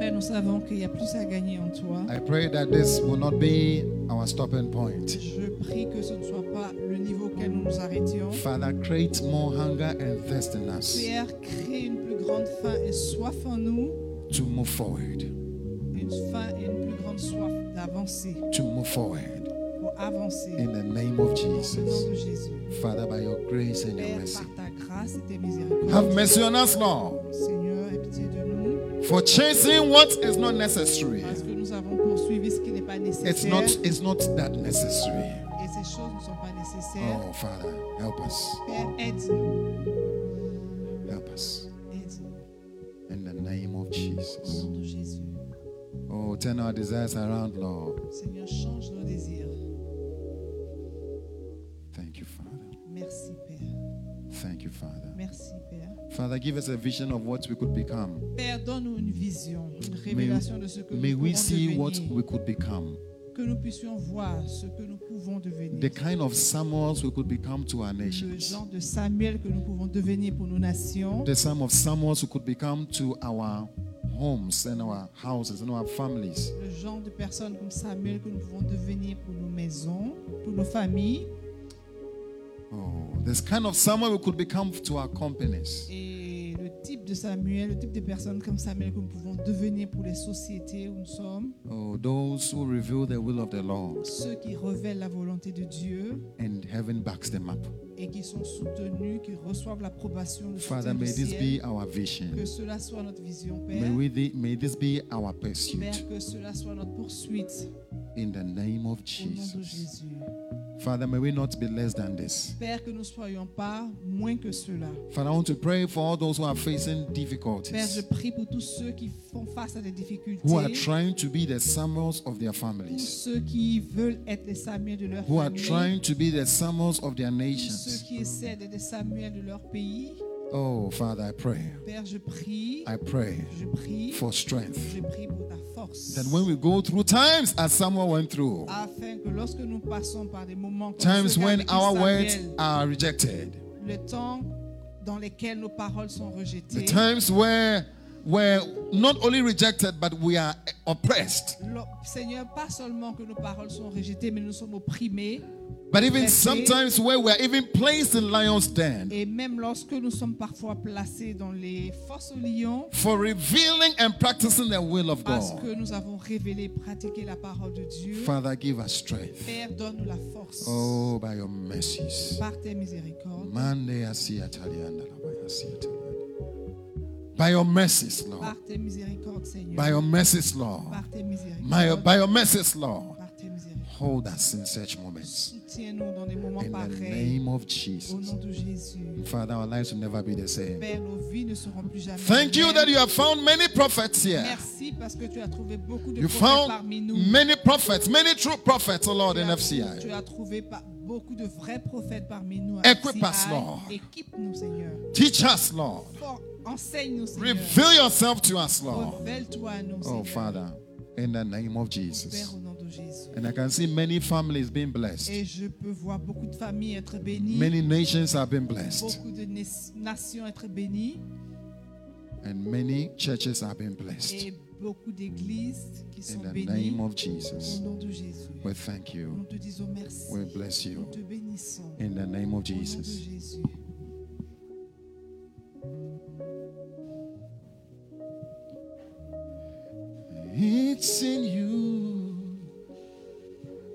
Père, nous savons qu'il y a plus à gagner en toi. I pray that this will not be our stopping point. Je prie que ce ne soit pas le niveau auquel nous nous arrêtions. Father, create more hunger and thirst in us Père, crée une plus grande faim et soif en nous. to move forward, une faim et une plus grande soif d'avancer, to move forward pour avancer in the name of au nom de Jesus. Jésus. Father, by your grace and your Père, mercy, par ta grâce et tes have miséricordes, mercy on us, Lord. Seigneur, aie pitié de nous. for chasing what is not necessary. Parce que nous avons poursuivi ce qui n'est pas It's nécessaire. not it's not that necessary. Et ces choses ne sont pas nécessaires. Oh Father, help us. Père, aide-nous. Help us. Aide-nous. In the name of Au Jesus. nom de Jésus. Oh, turn our desires around, Lord. Seigneur, change nos désirs. Thank you, Father. Merci, Père. Thank you, Father. Merci, Père. Father, give us a vision of what we could become. Père, donne-nous une vision, une révélation de ce que May nous pouvons we see what devenir. we could become. Que nous puissions voir ce que nous pouvons devenir. The kind of Samuels we could become to our Le nations. genre de Samuel que nous pouvons devenir pour nos nations. The Psalm of Samuels who could become to our homes and our houses and our families. Le genre de personnes comme Samuel que nous pouvons devenir pour nos maisons, pour nos familles. Oh, this kind of Samuel we could become to our companies. Et le type de Samuel, le type de personnes comme Samuel que nous pouvons devenir pour les sociétés où nous sommes. Oh, those who reveal the will of the Lord Ceux qui révèlent la volonté de Dieu and heaven backs them up. et qui sont soutenus, qui reçoivent l'approbation de Father, may this be our Que vision. cela soit notre vision, Père. May, we the, may this be our Père, pursuit que cela soit notre poursuite in the name of au nom Jesus. de Jésus. Father, may we not be less than this. Père, que nous ne soyons pas moins que cela. Father, I want to pray for all those who are facing Père, je difficulties, prie pour tous ceux qui font face à des difficultés, who are trying to be the Samuels of their pour families. ceux qui veulent être les Samuel de leur who are famille, trying to be the Samuels of their pour ceux nations. qui essaient d'être des Samuel de leur pays. Oh, Father, I pray. Père, je prie, I pray je prie, for strength. je prie pour ta force. That when we go through times as Samuel went through, afin que lorsque nous passons par des moments comme times ceux qu'a when vécu our words Samuel, are rejected, le temps dans lesquels nos paroles sont the rejetées, times where we're not only rejected, but we are oppressed. Lo- Seigneur, pas seulement que nos paroles sont rejetées, mais nous sommes opprimés. But even Yes, Lord. sometimes where we're even placed in lion's den Et même lorsque nous sommes parfois placés dans les forces aux lions, for revealing and practicing the will of parce que God. nous avons révélé, pratiqué la parole de Dieu, Father, give us strength. Père, donne-nous la force Oh, by your mercies. par tes miséricordes, Mande ya si Italian, alabaya si Italian. By your mercies, Lord. par tes miséricordes, Seigneur, By your mercies, Lord. par tes My, miséricordes, by your mercies, Lord. par tes miséricordes. Hold us in such moments. Soutiens-nous dans des moments In the pareils, name of au nom Jesus. de Jésus. Father, our lives will never be the same. Père, nos vies ne seront plus jamais. Thank les you mêmes. that you have found many prophets here. Merci parce que tu as trouvé beaucoup de You prophètes parmi nous. found many prophets, many true prophets, oh Lord, Tu in as- Tu FCI. as trouvé pa- beaucoup de vrais prophètes parmi nous. à Equip FCI. us, Lord. Équipe-nous, Seigneur. Teach us, Lord. For- Enseigne-nous, Seigneur. Reveal yourself to us, Lord. Révèle-toi à nous, Oh, Seigneur. Father, in the name of Père, Jesus. au nom de Jésus. And I can see many families being blessed. Et je peux voir beaucoup de familles être bénies, Many nations have been blessed, beaucoup de nais- nations être bénies, and many churches have been blessed. et beaucoup d'églises qui In sont the bénies. name of Au Jesus, nom de Jésus. we thank Nous you. te disons merci. We bless Nous you. te bénissons. In the name of Au nom de Jesus. Jésus. It's in you.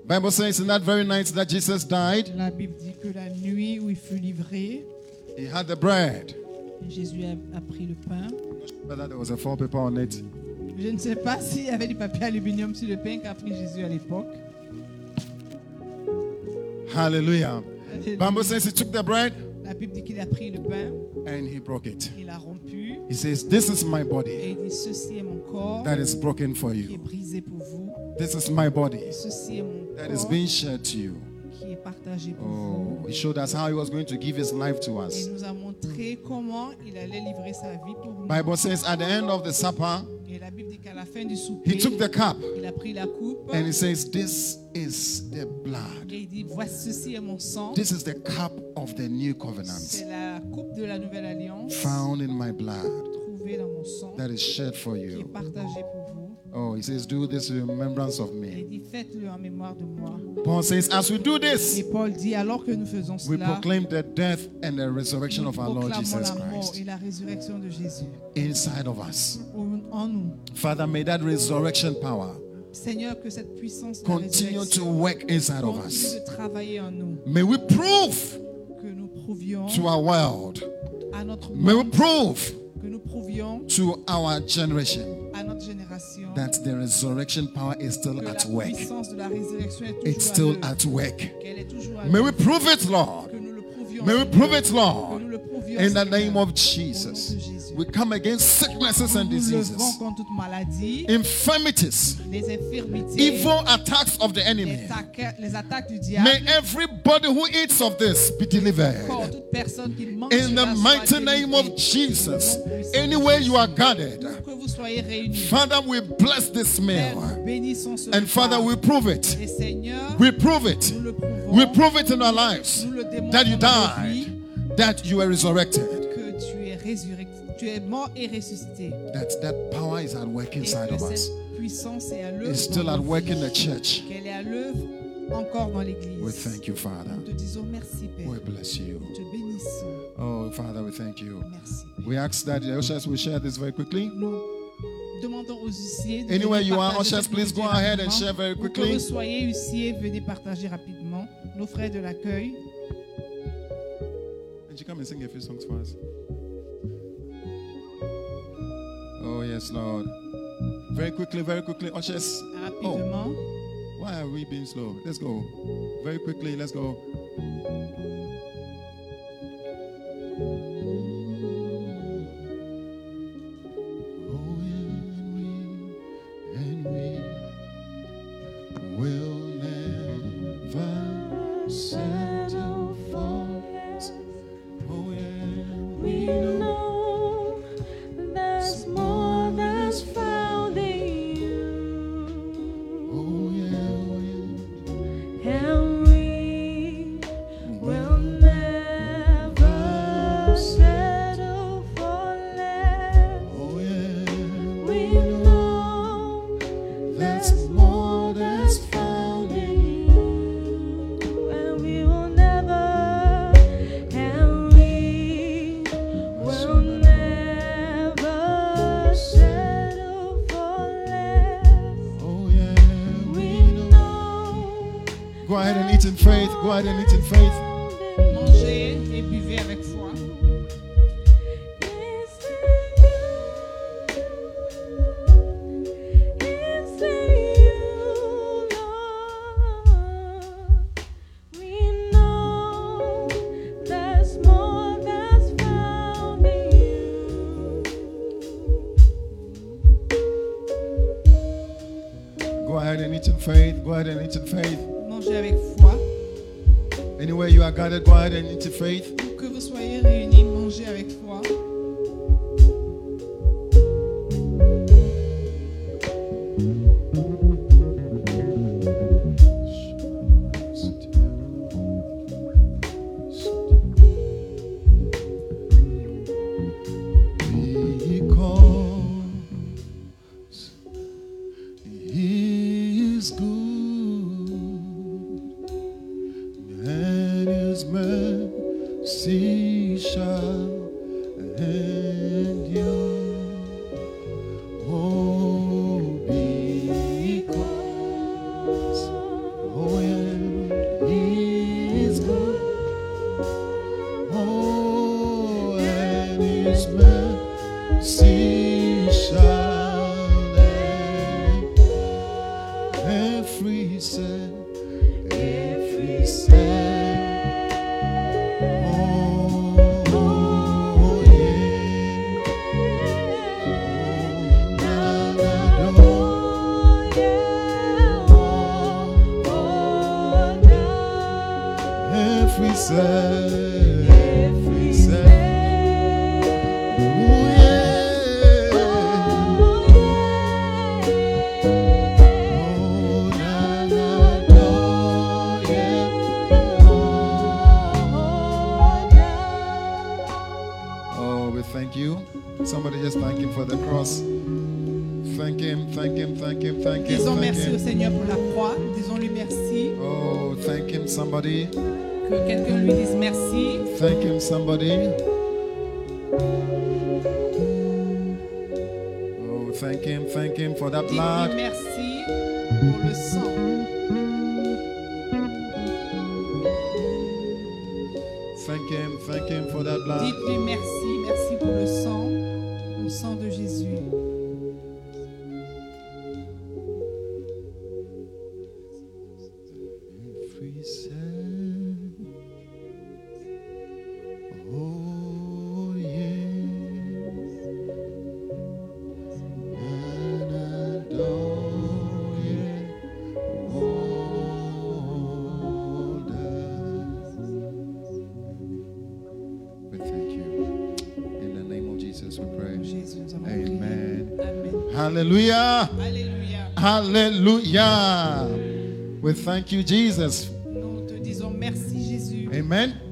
Bible says in that very night that Jesus died, La Bible dit que la nuit où il fut livré, he had the bread. Jésus a, a pris le pain. Whether there was a four paper on it, Je ne sais pas s'il y avait du papier aluminium sur le pain qu'a pris Jésus à l'époque. hallelujah. Bible says he took the bread La Bible dit qu'il a pris le pain, and he broke it. il l'a rompu He says, "This is my et body il dit ceci est mon corps that is broken for qui est you. brisé pour vous. This is my body Ceci est mon that is corps being shared to you." qui est partagé pour Oh, vous. he showed us how he was going to give his life to Et us. il nous a montré comment il allait livrer sa vie pour nous. Bible says at the end of the supper, Et la Bible dit qu'à la fin du souper, he took the cup il a pris la coupe and he says, This is the blood. et il dit voici ceci est mon sang. This is the cup of the new covenant C'est la coupe de la nouvelle alliance found in my blood trouvée dans mon sang that is shed for qui est you. partagée pour vous. Oh, he says, Do this in remembrance of Et me. il dit faites-le en mémoire de moi. Paul says, As we do Et this, Paul dit alors que nous faisons we cela, proclaim the death and the nous resurrection of our Lord proclamons Jesus la mort Christ et la résurrection de Jésus inside of us. en en nous. Father, may that resurrection power Seigneur, que cette puissance de la continue to résurrection work inside of us. continue de travailler en nous, May we prove que nous prouvions to our world. à notre May we monde, prove que que nous prouvions to our generation à notre génération that the resurrection power is que still la at work. puissance de la résurrection est toujours, It's à still l'œuvre, at work. qu'elle est toujours à May we l'œuvre, prove it, Lord. que nous le prouvions, May we prove it, que nous Lord. le prouvions, In the Seigneur. name of Au nom de Jesus, Jésus. we come against sicknesses and nous nous levons diseases, contre toute maladie, infirmities, les infirmités, evil attacks of the les, enemy. attaques, les attaques du diable. May everybody who eats of this be Encore, delivered. toute personne qui mange In the cela soit mighty name délivrée. of Jesus, Au nom puissant de anywhere you are Jésus. gathered, que vous soyez réunis. Father, we bless this Père, meal. nous bénissons ce And repas. Father, we prove it. Et Seigneur, We prove it. nous le prouvons. We prove it in our lives nous le démontrons that you dans notre vie died, that you were resurrected, que tu es résurrecté, tu es mort et ressuscité. that that power is at work Et inside que of us. cette puissance est à l'œuvre. It's still dans at nos work vies. in the church. Qu'elle est à l'œuvre encore dans l'Église. We thank you, Father. Nous te disons merci, Père. We bless you. Nous te bénissons. Oh, Father, we thank you. Merci. Père. We ask that the ushers will share this very quickly. Nous demandons aux huissiers. de Anywhere you venir are, partager ushers, cette please go nourriture ahead and rapidement. share very Où quickly. Que vous soyez huissiers, venez partager rapidement. Nos frères de l'accueil. And you come and sing a few songs for us. Oh, yes, Lord. Very quickly, very quickly, ushers. Oh, Rapidement. why are we being slow? Let's go. Very quickly, let's go. Oh, and we, and we will never settle for less. Oh, and We know there's more that's found in you, oh, yeah, and we will never settle for less. oh, yeah. We know That's there's more more that's that's found found in in you, and we will never, and we will never settle for less. Oh, yeah. We know. Go ahead and eat in faith. Go ahead and eat in faith. Mangez et buvez avec foi. Go ahead and eat in faith. Go ahead and eat in faith. Mangez avec foi. Anywhere you are gathered, go ahead and eat in faith. Où Que vous soyez réunis, mangez avec foi. Because He is good, and His mercy shall endure. Oh, because oh, yeah, He is good. Oh, and His mercy shall end every sin, every sin. Oh, yeah. Oh, the door. Every cell, every cell. Ooh, yeah. Oh, na, na, no, yeah. Oh, we thank you. Somebody just thank him for the cross. Thank him, thank him, thank him, thank him. Disons thank merci au him. Seigneur pour la croix. Disons-lui merci. Oh, thank him, somebody. Que quelqu'un lui dise merci. Thank him, somebody. Oh, thank him, thank him for that Dites-lui blood. merci pour le sang. Thank him, thank him for that blood. Dites-lui merci, merci pour le sang. le sang de Jésus. Every cell. Oh, yes. And adore it wonders. We thank you. In the name of Jesus, we pray. Jésus, nous avons prié. Amen. Amen. Hallelujah. Alléluia. Hallelujah. We thank you, Jesus. Nous te disons merci Jésus. Amen.